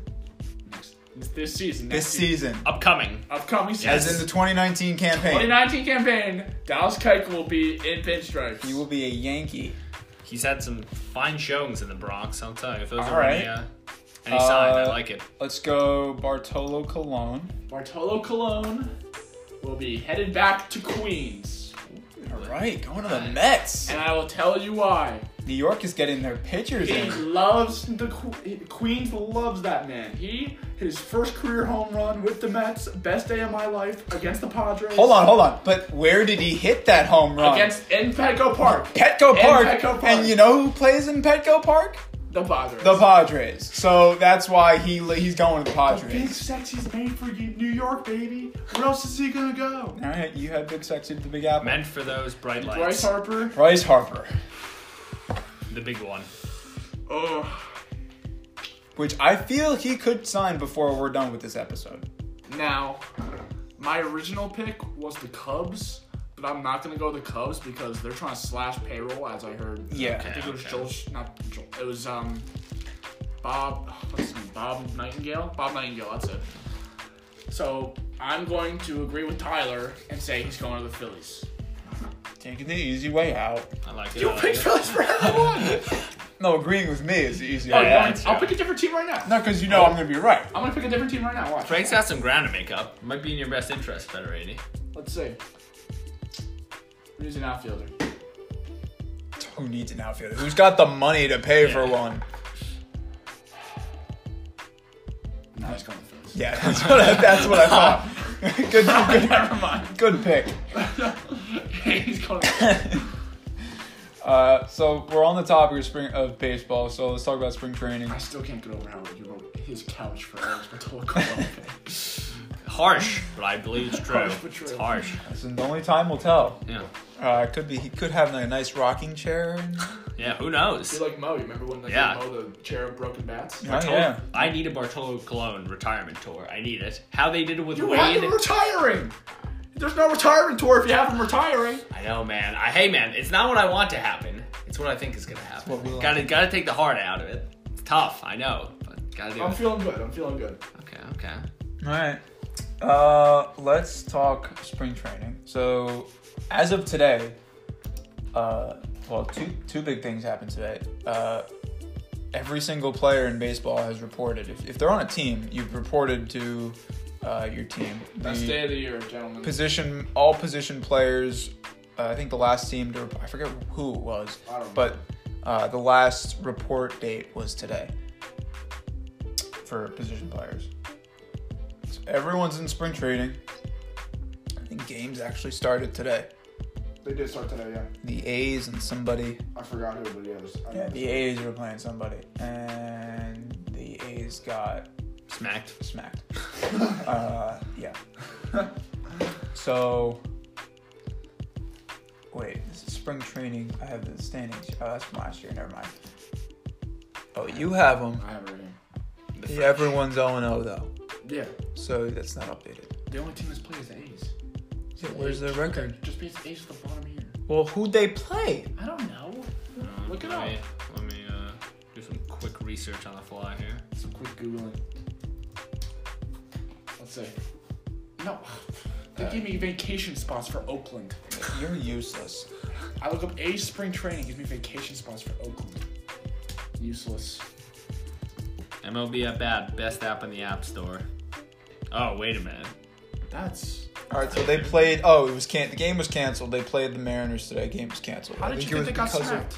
This season. Next
This season.
Uh, Upcoming.
Upcoming season.
As in the 2019 campaign.
2019 campaign, Dallas Keuchel will be in pinstripes.
He will be a Yankee.
He's had some fine showings in the Bronx, I'll tell you. If those
All
are any,
right.
uh, any sign, I
Uh,
like it.
Let's go Bartolo Colon.
Bartolo Colon will be headed back to Queens.
All right, going to the Mets.
And I will tell you why.
New York is getting their pitchers
He [LAUGHS]
in.
loves the Que- Queens. Loves that man. He his first career home run with the Mets. Best day of my life against the Padres.
Hold on, hold on. But where did he hit that home run?
Against in Petco Park,
Petco
in
Park.
Petco Park.
And you know who plays in Petco Park?
the Padres.
The Padres. So that's why he he's going to the
Big
Padres.
sexy's made for you, New York, baby. Where else is he gonna go?
All right, you have Big Sexy to the Big Apple.
Meant for those bright lights.
Bryce Harper.
Bryce Harper,
The big one.
Oh,
which I feel he could sign before we're done with this episode.
Now, my original pick was the Cubs, but I'm not gonna go the Cubs because they're trying to slash payroll, as I heard.
Yeah.
I think it was
Okay,
Joel, not Joel. It was um, Bob. What's his name? Bob Nightingale. Bob Nightingale. That's it. So I'm going to agree with Tyler and say he's going to the Phillies.
Taking the easy way out.
I like it. uh,
You
I like
picked
it.
Phillies for everyone.
No, agreeing with me is the easy
oh,
way out.
I'll pick a different team right now.
No, because you know I'm gonna be right.
I'm gonna pick a different team right now. Watch.
Frank's got some ground to make up. Might be in your best interest, Federini.
Let's see. Who's an outfielder?
Who needs an outfielder? Who's got the money to pay for
Yeah.
one?
No, he's going to the Phillies.
Yeah, [LAUGHS] that's what I, that's what I
[LAUGHS]
thought. [LAUGHS] good, good,
Never mind.
good pick.
[LAUGHS] he's going. To the Phillies.
Uh, so we're on the topic of spring of baseball. So let's talk about spring training.
I still can't get over how you wrote his couch for Alex
[LAUGHS]
Patola Colombia.
Harsh, but I believe it's true.
Harsh, but true.
It's harsh.
Listen, the only time will tell.
Yeah.
Uh, it could be he could have a nice rocking chair.
Yeah, who knows?
You're like Mo. You remember when like,
Yeah.
Mo, the chair of broken bats?
Oh yeah.
I need a Bartolo Colon retirement tour. I need it. How they did it with
You have
Wade.
him retiring. There's no retirement tour if you have him retiring.
I know, man. I hey, man. It's not what I want to happen. It's what I think is gonna happen.
what we like.
Gotta gotta take the heart out of it. It's tough. I know, but gotta do
Um,
I'm
it.
feeling good. I'm feeling good.
Okay, okay.
All right. Uh, let's talk spring training. So, as of today, uh, well, two two big things happened today. Uh, every single player in baseball has reported. If, if they're on a team, you've reported to uh, your team.
Best
The
day of the year, gentlemen.
position, all position players. Uh, I think the last team to rep- I forget who it was,
I don't know.
but uh, the last report date was today for position players. So everyone's in spring training. I think games actually started today.
They did start today, yeah.
The A's and somebody.
I forgot who, but yeah. It was, I
Yeah, the A's were playing somebody, and the A's got
Smacked.
smacked. [LAUGHS] uh, yeah. [LAUGHS] so, wait, this is spring training. I have the standings. Oh, that's from last year. Never mind. Oh, you have them.
I have it right here.
Yeah, everyone's 0 0 though,
Yeah.
so that's not updated.
The only team that's played is the A's.
So where's their record?
Just because the A's at the bottom here.
Well, who'd they play?
I don't know.
Um,
Look it
let me- Let me uh, do some quick research on the fly here.
Some quick googling. Let's see. No, they gave me vacation spots for Oakland.
You're useless.
I look up A spring training, gives me vacation spots for Oakland. Useless.
MLB at bat, best app in the App Store. Oh, wait a minute.
That's
All right, so they played. Oh, it was can- the game was canceled. They played the Mariners today. Game was canceled.
how did you think
it
they got
was because of-
smacked?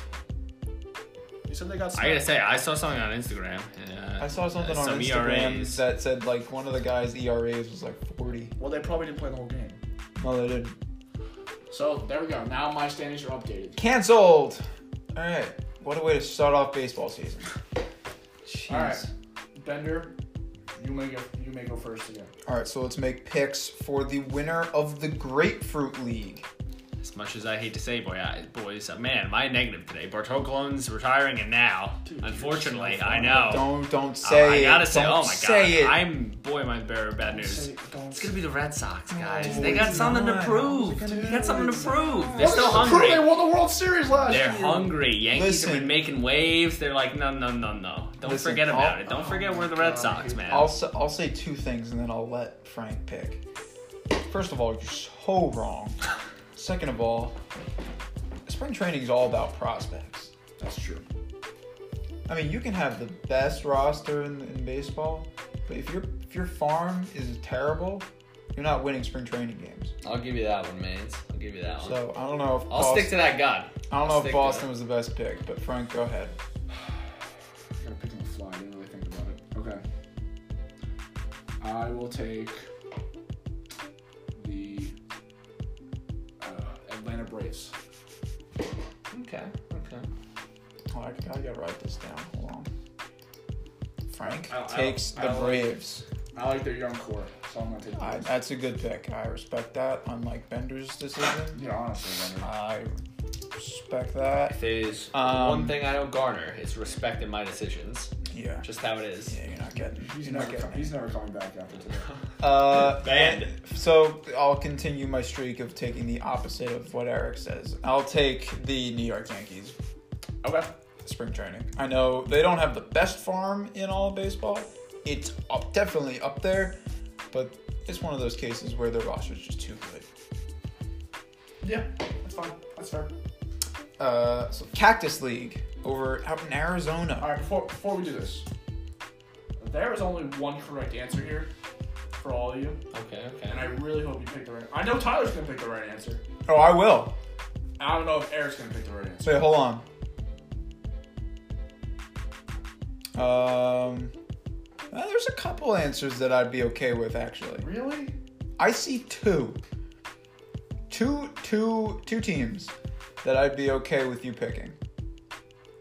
You said they got
I gotta
smacked.
say, I saw something on Instagram. Uh,
I saw something
uh,
on
some
Instagram
ERAs.
that said like one of the guys' ERAs was like 40.
Well, they probably didn't play the whole game.
No, they didn't.
So there we go. Now my standings are updated.
Cancelled. All right. What a way to start off baseball season.
All right, Bender, you may go. You may go first again.
All right. So let's make picks for the winner of the Grapefruit League.
As much as I hate to say, boy, I, boys, uh, man, am I negative today? Bartolone's retiring, and now, unfortunately, I know.
Don't don't
Oh,
say
I gotta
it.
say,
don't
oh my god,
say it.
I'm boy, am I the bearer of bad news.
Say- don't
It's gonna be the Red Sox, guys.
No,
they got
it's
something
not.
to prove.
How's it gonna
They
be
got
the
something to
Red
prove.
Sox?
They're still hungry.
They won the World Series last
They're
year.
hungry. Yankees have
Listen.
been making waves. They're like, no, no, no, no. Don't
Listen,
forget about
I'll-
it. Don't
oh
forget
my
we're the Red
God,
Sox,
dude.
man.
I'll say, I'll say two things and then I'll let Frank pick. First of all, you're so
[LAUGHS]
wrong. Second of all, spring training is all about prospects.
That's true.
I mean, you can have the best roster in, in baseball, but if your if your farm is terrible, you're not winning spring training games.
I'll give you that one, Mains. I'll give you that one.
So I don't know if
Uh-huh. I'll
Boston,
stick to that gun.
I don't
I'll
know
stick
if
to
Boston
it.
was the best pick, but Frank, go ahead.
I gotta pick up a fly. I didn't really think about it. Okay. I will take the uh, Atlanta Braves.
Okay. Okay.
Oh, I, I gotta write this down. Hold on. Frank
I- I-
takes
I
the
like-
Braves.
I like their young core, so I'm gonna take. The
I,
Braves.
that's a good pick. I respect that. Unlike Bender's decision,
yeah, honestly, I mean,
I respect that.
If there's
Um,
one thing I don't garner, it's respect in my decisions.
Yeah.
Just how it is.
Yeah, you're not getting.
he's
you're not
never,
getting.
com-
it.
he's never coming back after [LAUGHS] today.
Uh,
Banned.
So I'll continue my streak of taking the opposite of what Eric says. I'll take the New York Yankees
okay.
spring training. I know they don't have the best farm in all of baseball. It's up, definitely up there, but it's one of those cases where their roster's just too good.
Yeah, that's fine. That's fair.
Uh, so Cactus League over out in
All
Arizona.
right, before before we do this, there is only one correct answer here for all of you,
Okay, okay.
and I really hope you pick the right. I know Tyler's gonna pick the right answer.
Oh, I will.
I don't know if Eric's gonna pick the right answer.
So wait, hold on. Um, uh, there's a couple answers that I'd be okay with actually.
Really?
I see two, two, two, two teams that I'd be okay with you picking.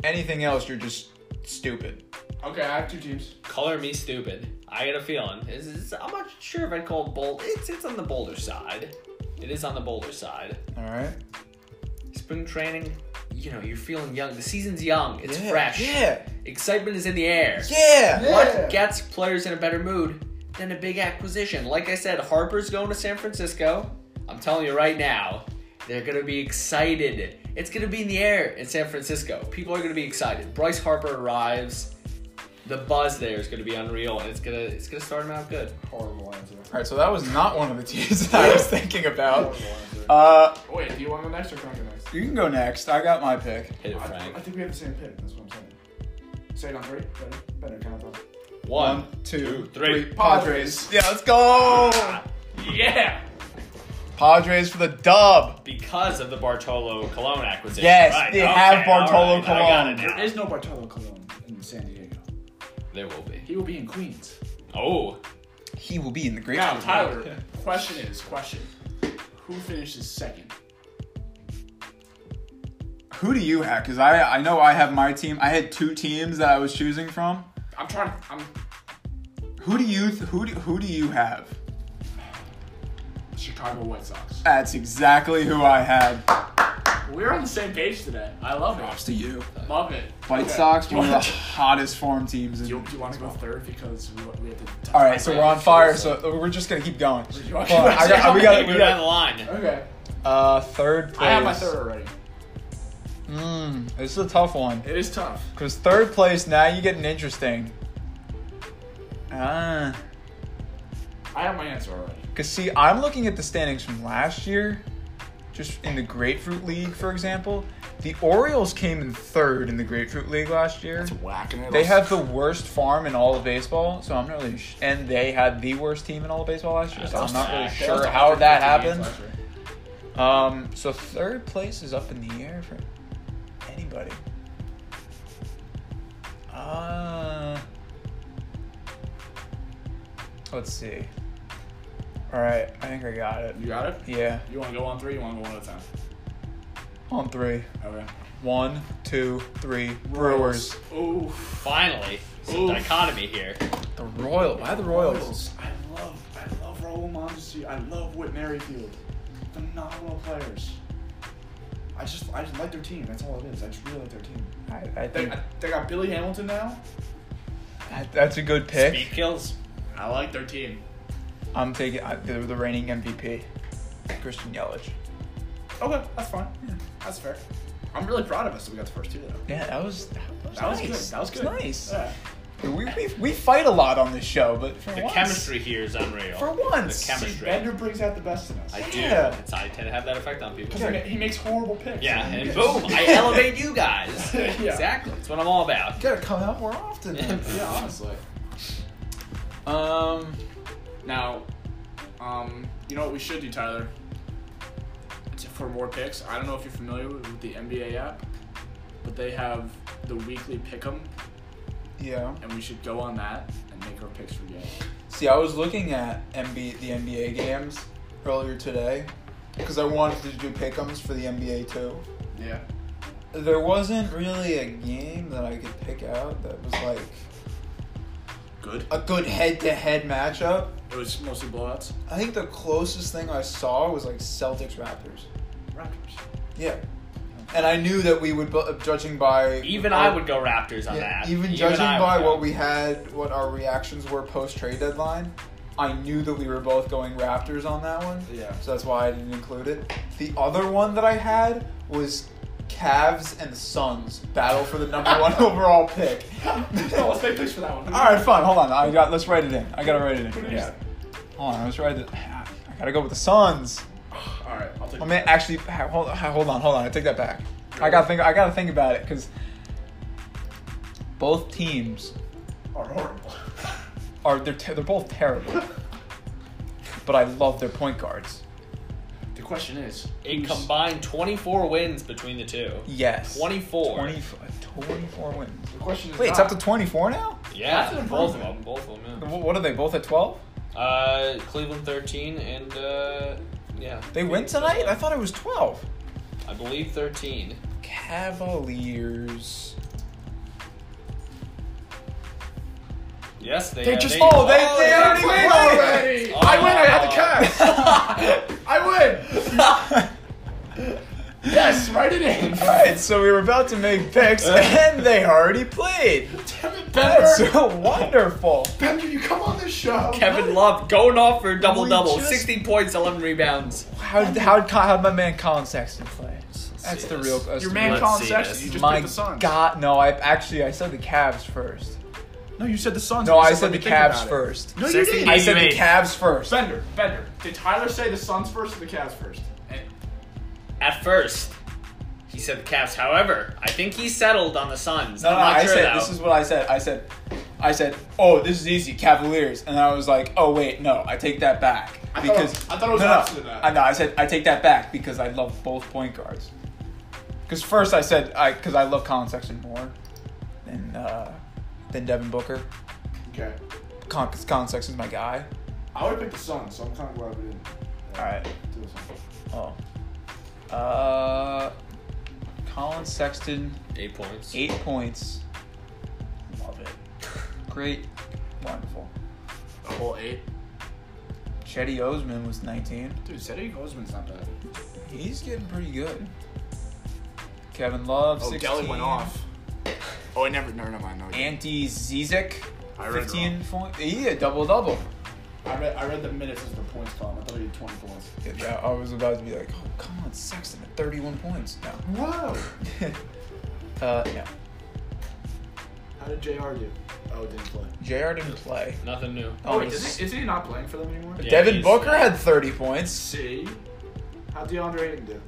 Anything else, you're just stupid.
Okay, I have two teams.
Color me stupid. I get a feeling. Is is- I'm not sure if I'd call it bold. It's it's on the bolder side. It is on the bolder side.
All right.
Spring training, you know, you're feeling young. The season's young. It's
Yeah,
fresh.
Yeah.
Excitement is in the air.
Yeah.
What gets players in a better mood than a big acquisition? Like I said, Harper's going to San Francisco. I'm telling you right now, they're going to be excited. It's going to be in the air in San Francisco. People are going to be excited. Bryce Harper arrives. The buzz there is going to be unreal, and it's gonna it's gonna start them out good.
Horrible answer.
All right. So that was not one of the teams that [LAUGHS] I was thinking about.
Horrible answer.
Uh,
Oh, Wait, do you want to go next or can I go next?
you can go next. I got my pick.
Hit it,
I,
Frank.
I think we have the same pick. That's what I'm saying. Say it on three. Better, better count on.
One.
two,
three.
Padres. Yeah, let's go.
Yeah.
Padres for the dub.
Because of the Bartolo Colon acquisition.
Yes,
Right,
they
okay,
have Bartolo
all I got
Colon.
it now.
There is no Bartolo Colon in San Diego.
There will be.
He will be in Queens.
Oh.
He will be in the great.
Now, Tyler, question is question. Who finishes second?
Who do you have? Because I I know I have my team. I had two teams that I was choosing from.
I'm trying. I'm.
Who do you th- who do, who do you have?
Chicago White Sox.
That's exactly who I had.
We're on the same page today. I love
Props
it.
to you.
Love it.
White
Okay.
Sox,
Do
one of
you
the
want-
hottest form teams.
Do [LAUGHS] you,
In-
do you want to go third because we, we have to. touch
All right, so
on
we're on
that.
fire. So we're just gonna keep going.
You
Hold
want-
on, I got, we got,
We're
we
down
[LAUGHS]
the
got
line.
Okay.
uh, third place.
I have my third already.
Mm, this is a tough one
It is tough.
because third place now you get an interesting. Ah,
I have my answer already.
because see, I'm looking at the standings from last year, just in the Grapefruit League, for example. The Orioles came in third in the Grapefruit League last year.
whacking it.
They have the worst farm in all of baseball, so I'm not really. Sh- and they had the worst team in all of baseball last year, so I'm not really sure how that happened. Um, so third place is up in the air for anybody. Uh, let's see. All right, I think I got it.
You got it.
Yeah,
You want to go on three? You want to go one at a time?
on three.
Okay.
One, two, three. Brewers.
Oh,
Finally, some
Oof.
dichotomy here.
The Royal. Why the Royals?
I love, I love Raul Mondesi. I love Whit Merrifield. Phenomenal players.
I just I just like their team. That's all it is. I just really like their team.
I, I
They,
think
they got Billy Hamilton now.
that- that's a good pick.
Speed kills.
I like their team.
I'm taking I, they're the reigning MVP, Christian Yelich.
Okay, that's fine. That's fair. I'm really proud of us that we got the first two though.
Yeah, that was that was,
That was
nice.
good. That was good.
nice.
Yeah.
We, we, we fight a lot on this show, but for
The
once-
chemistry here is unreal.
For once.
The
See,
chemistry.
Bender brings out the best in us.
I do.
Yeah.
It's, I tend to have that effect on people.
Because he ma- he makes horrible picks. [LAUGHS]
Yeah, and
Yes.
boom,
[LAUGHS]
I elevate you guys.
Yeah.
Exactly. That's what I'm all about.
gotta come out more often. [LAUGHS]
Yeah, honestly. Um, now, um, you know what we should do, Tyler? It's For more picks, I don't know if you're familiar with the NBA app, but they have the weekly pick 'em,
yeah.
and we should go on that and make our picks for games.
See, I was looking at MB the NBA games earlier today because I wanted to do pickums for the NBA too.
Yeah.
There wasn't really a game that I could pick out that was like
Good.
a good head-to-head matchup.
It was mostly blowouts.
I think the closest thing I saw was like Celtics Raptors.
[LAUGHS] Raptors.
Yeah. And I knew that we would, bu- judging by
Even
our-
I would go Raptors on
Uh, Yeah,
that.
even judging
I
by
would go.
what we had, what our reactions were post trade deadline, I knew that we were both going Raptors on that one.
Yeah.
So that's why I didn't include it. The other one that I had was Cavs and Suns battle for the number one overall pick. [LAUGHS]
no, let's make picks for that one.
All right, fine. Hold on. I got. Let's write it in. I gotta write it in.
Yeah.
Hold on. Let's write it. I gotta go with the Suns.
All right. I'll take.
I mean, actually, ha- hold, ha- hold on, hold on. I take that back. I gotta think. I gotta think about it because both teams
Are horrible.
are they're te- they're both terrible. but I love their point guards.
the question is,
It
who's-
combined 24 wins between the two.
Yes.
24.
20 24 wins.
The question is.
Wait, it's
not-
up to 24 now?
Yeah,
That's an
both of
improvement.
them. Both of them.
Wh- What are they both at 12?
Yeah. Uh, Cleveland 13 and uh, yeah.
They win tonight? I thought it was 12.
I believe 13.
Cavaliers.
Yes, they.
They
uh,
just oh they,
oh,
they already
win
win
already!
I win, I had the
Cavs.
I win. Yes, write it in.
All right, so we were about to make picks, and they already played.
Damn it,
That's
Bender.
so wonderful.
Bender, you come on this show.
[LAUGHS] Kevin Love going off for a double double,
just-
16 points, 11 rebounds.
How how how my man Colin Sexton play? That's
see
the
this.
real. That's
Your
the
man
real-
Let's
Colin
see
Sexton.
this.
You just
My
picked the Suns.
God, no! I actually I said the Cavs first.
No, you said the Suns.
No,
but you
I said
let
the
me think about
Cavs
it.
first.
No, you
Sexton
didn't.
I said the
Wait.
Cavs first.
Bender, Bender. Did Tyler say the Suns first or the Cavs first? And
At first, he said the Cavs. However, I think he settled on the Suns.
No, no,
I'm not
I
sure
said
though.
this is what I said. I said, I said, oh, this is easy, Cavaliers, and I was like, oh wait, no, I take that back
I thought-
because
I thought it was
no,
opposite
no,
of that.
I know. I said I take that back because I love both point guards. Because first I said I because I love Colin Sexton more than uh, than Devin Booker.
Okay.
Con, 'cause Colin Sexton's my guy.
I would pick the Suns, so I'm kind of glad we didn't.
All right.
do the Suns.
Oh. Uh, Colin Sexton,
eight points.
eight points. Love it. Great, wonderful.
a whole eight.
Chetty Osman was 19.
Dude, Cedric Osman's not bad.
He's getting pretty good. Kevin Love,
Oh,
16.
Deli went off. Oh, I never. No, never mind. No,
Andy Zizek,
I read it
15 points. Yeah, double double.
I read, I read the minutes as the points column. I thought he had 20 points.
I was about to be like, oh, come on, Sexton at 31 points. No. [LAUGHS]
Whoa!
uh, yeah.
How did JR do? Oh, didn't play.
JR didn't play.
Nothing new.
Oh, wait,
Oh,
is he, is he not playing for them anymore?
Yeah,
Devin
he's-
Booker had 30 points,
See? How'd DeAndre Ayton do?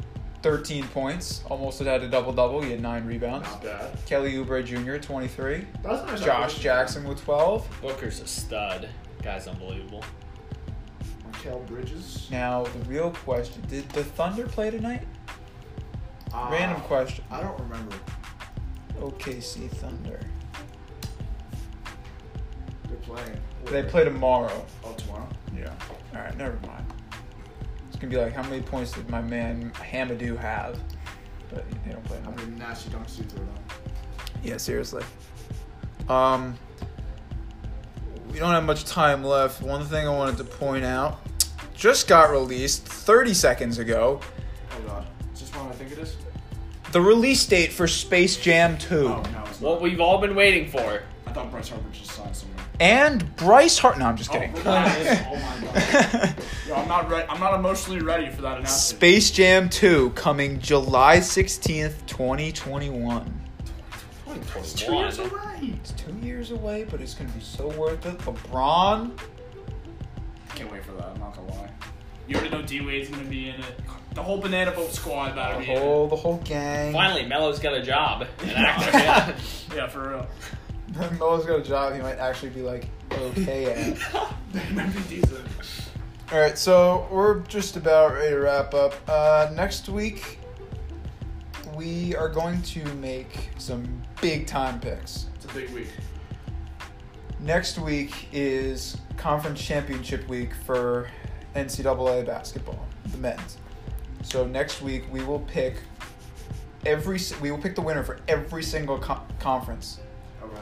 13 points. Almost had a double double. He had nine rebounds.
Not bad.
Kelly Oubre Jr., 23.
That was a nice
Josh
acquisition.
Jackson with 12.
Booker's a stud. Guy's unbelievable.
Mikael Bridges.
Now, the real question did the Thunder play tonight?
Ah,
Random question.
I don't remember.
OKC Thunder.
They're playing.
They play tomorrow.
Oh, tomorrow?
Yeah. All right, never mind. It's gonna be like, how many points did my man Hamadou have? But they don't play.
How
Tomorrow.
many nasty dunks do you throw down?
Yeah, seriously. Um, we don't have much time left. One thing I wanted to point out just got released 30 seconds ago.
Oh, God. Is this one I think it is?
The release date for Space Jam 2.
Oh, no, it's
What
not.
we've all been waiting for.
I thought Bryce Harper just signed somewhere.
And Bryce Hart. No, I'm just
Oh,
kidding.
relax. oh my god.
[LAUGHS]
Yo, I'm not re- I'm not emotionally ready for that announcement.
Space Jam 2 coming July 16th, 2021.
Two years
One.
away.
It's two years away, but it's going to be so worth it. LeBron.
Can't wait for that. I'm not gonna lie. You already know D Wade's gonna be in it. The whole banana boat squad that'll
The
be in it.
whole, the whole gang.
Finally, Melo's got a job. An actor, yeah.
Yeah, for real.
Noah's got a job. He might actually be like, okay. at.
They might be decent.
All right, so we're just about ready to wrap up. Uh, next week, we are going to make some big time picks.
It's a big week.
Next week is conference championship week for NCAA basketball, the men's. So next week we will pick every s- we will pick the winner for every single co- conference.
Okay.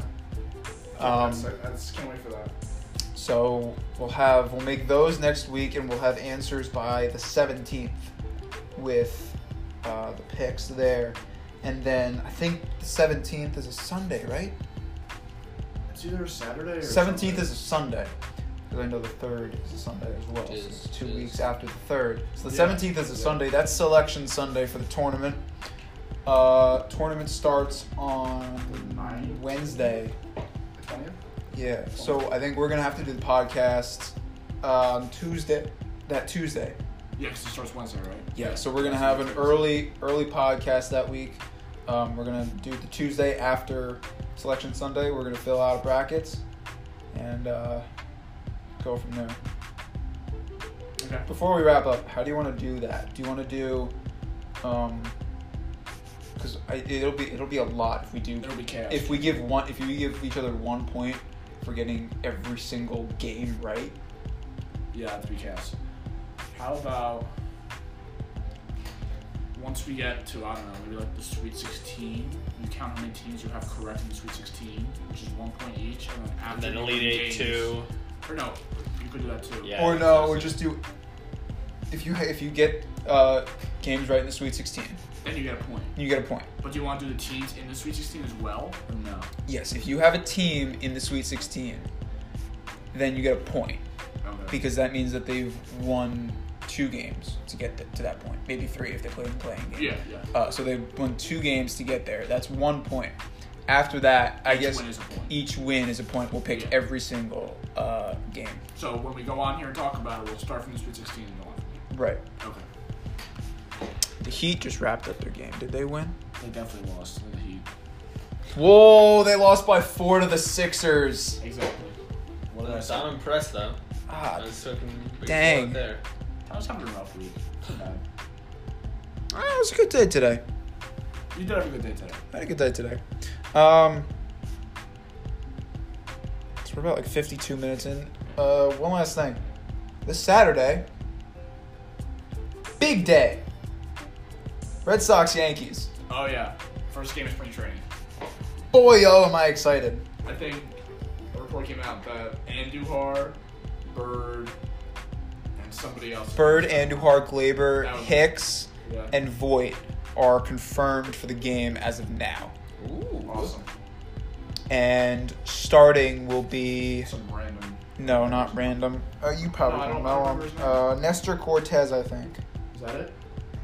Um,
that's, that's, can't wait for that.
So we'll have we'll make those next week, and we'll have answers by the seventeenth with uh, the picks there, and then I think the seventeenth is a Sunday, right?
It's either Saturday or
Seventeenth
Sunday.
is a Sunday. Because I know the third is a Sunday as well. so
It
it's
is,
two
it
weeks
is.
after the third. So the
Yeah.
seventeenth is a
Yeah.
Sunday. That's selection Sunday for the tournament. Uh, tournament starts on
Ninth?
Wednesday.
The 20th?
Yeah. So I think we're gonna have to do the podcast um, Tuesday. That Tuesday.
Yeah, because it starts Wednesday, right?
Yeah. So we're gonna have an early early podcast that week. Um, we're gonna do the Tuesday after Selection Sunday. We're gonna fill out brackets and uh, go from there.
Okay.
Before we wrap up, how do you want to do that? Do you want to do? Um, because it'll be it'll be a lot if we do
It'll be chaos.
if we give one if you give each other one point for getting every single game right
Yeah, it'd be chaos. How about once we get to I don't know, maybe like the Sweet 16, you count how many teams you have correct in the Sweet 16, which is one point each, and then
And
after
then
you
Elite
win
Eight
games-
two.
Or no, you could do that too.
Yeah.
or no or just do if you if you get uh, games right in the sweet 16
Then you get a point.
you get a point
But do you want to do the teams in the Sweet 16 as well, or no?
yes if you have a team in the sweet 16 then you get a point
Okay.
because that means that they've won two games to get th- to that point maybe three if they played in playing game
yeah, yeah.
uh, so they won two games to get there that's one point after that i
Each
guess
win is a point.
each win is a point we'll pick
Yeah.
every single uh, game
So when we go on here and talk about it, we'll start from the Sweet 16 and go on. from
right
there. Okay.
The Heat just wrapped up their game. Did they win?
They definitely lost to the Heat.
Whoa, they lost by four to the Sixers.
Exactly. What did I say?
I'm impressed though.
Ah,
That's fucking big
Dang.
block There.
I was having a rough week.
it was a good day today.
You did have a good day today.
I had a good day today. Um, so we're about like 52 minutes in. Uh, one last thing. This Saturday, big day. Red Sox Yankees.
Oh yeah, first game of spring training.
Boy, oh, am I excited.
I think a report came out that Andujar, Bird, and somebody else.
Bird, Andujar, Glaber,
That was-
Hicks,
Yeah.
and Voight are confirmed for the game as of now.
Ooh.
awesome.
and starting will be
Some random.
no, not random. Uh, you probably
No, I
don't
don't
know
remember
him.
his name.
Uh, Nestor Cortez, I think.
Is that it?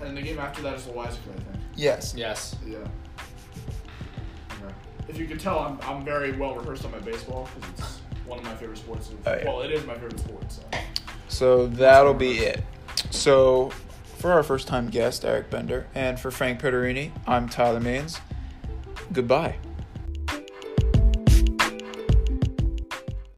And the game after that is the Wise I think.
Yes.
Yes.
Yeah. Okay. If you could tell, I'm, I'm very well rehearsed on my baseball because it's one of my favorite sports.
Oh, yeah.
Well, it is my favorite sport. So.
So that'll be it. So for our first time guest, Eric Bender, and for Frank Peterini, I'm Tyler Maines. Goodbye.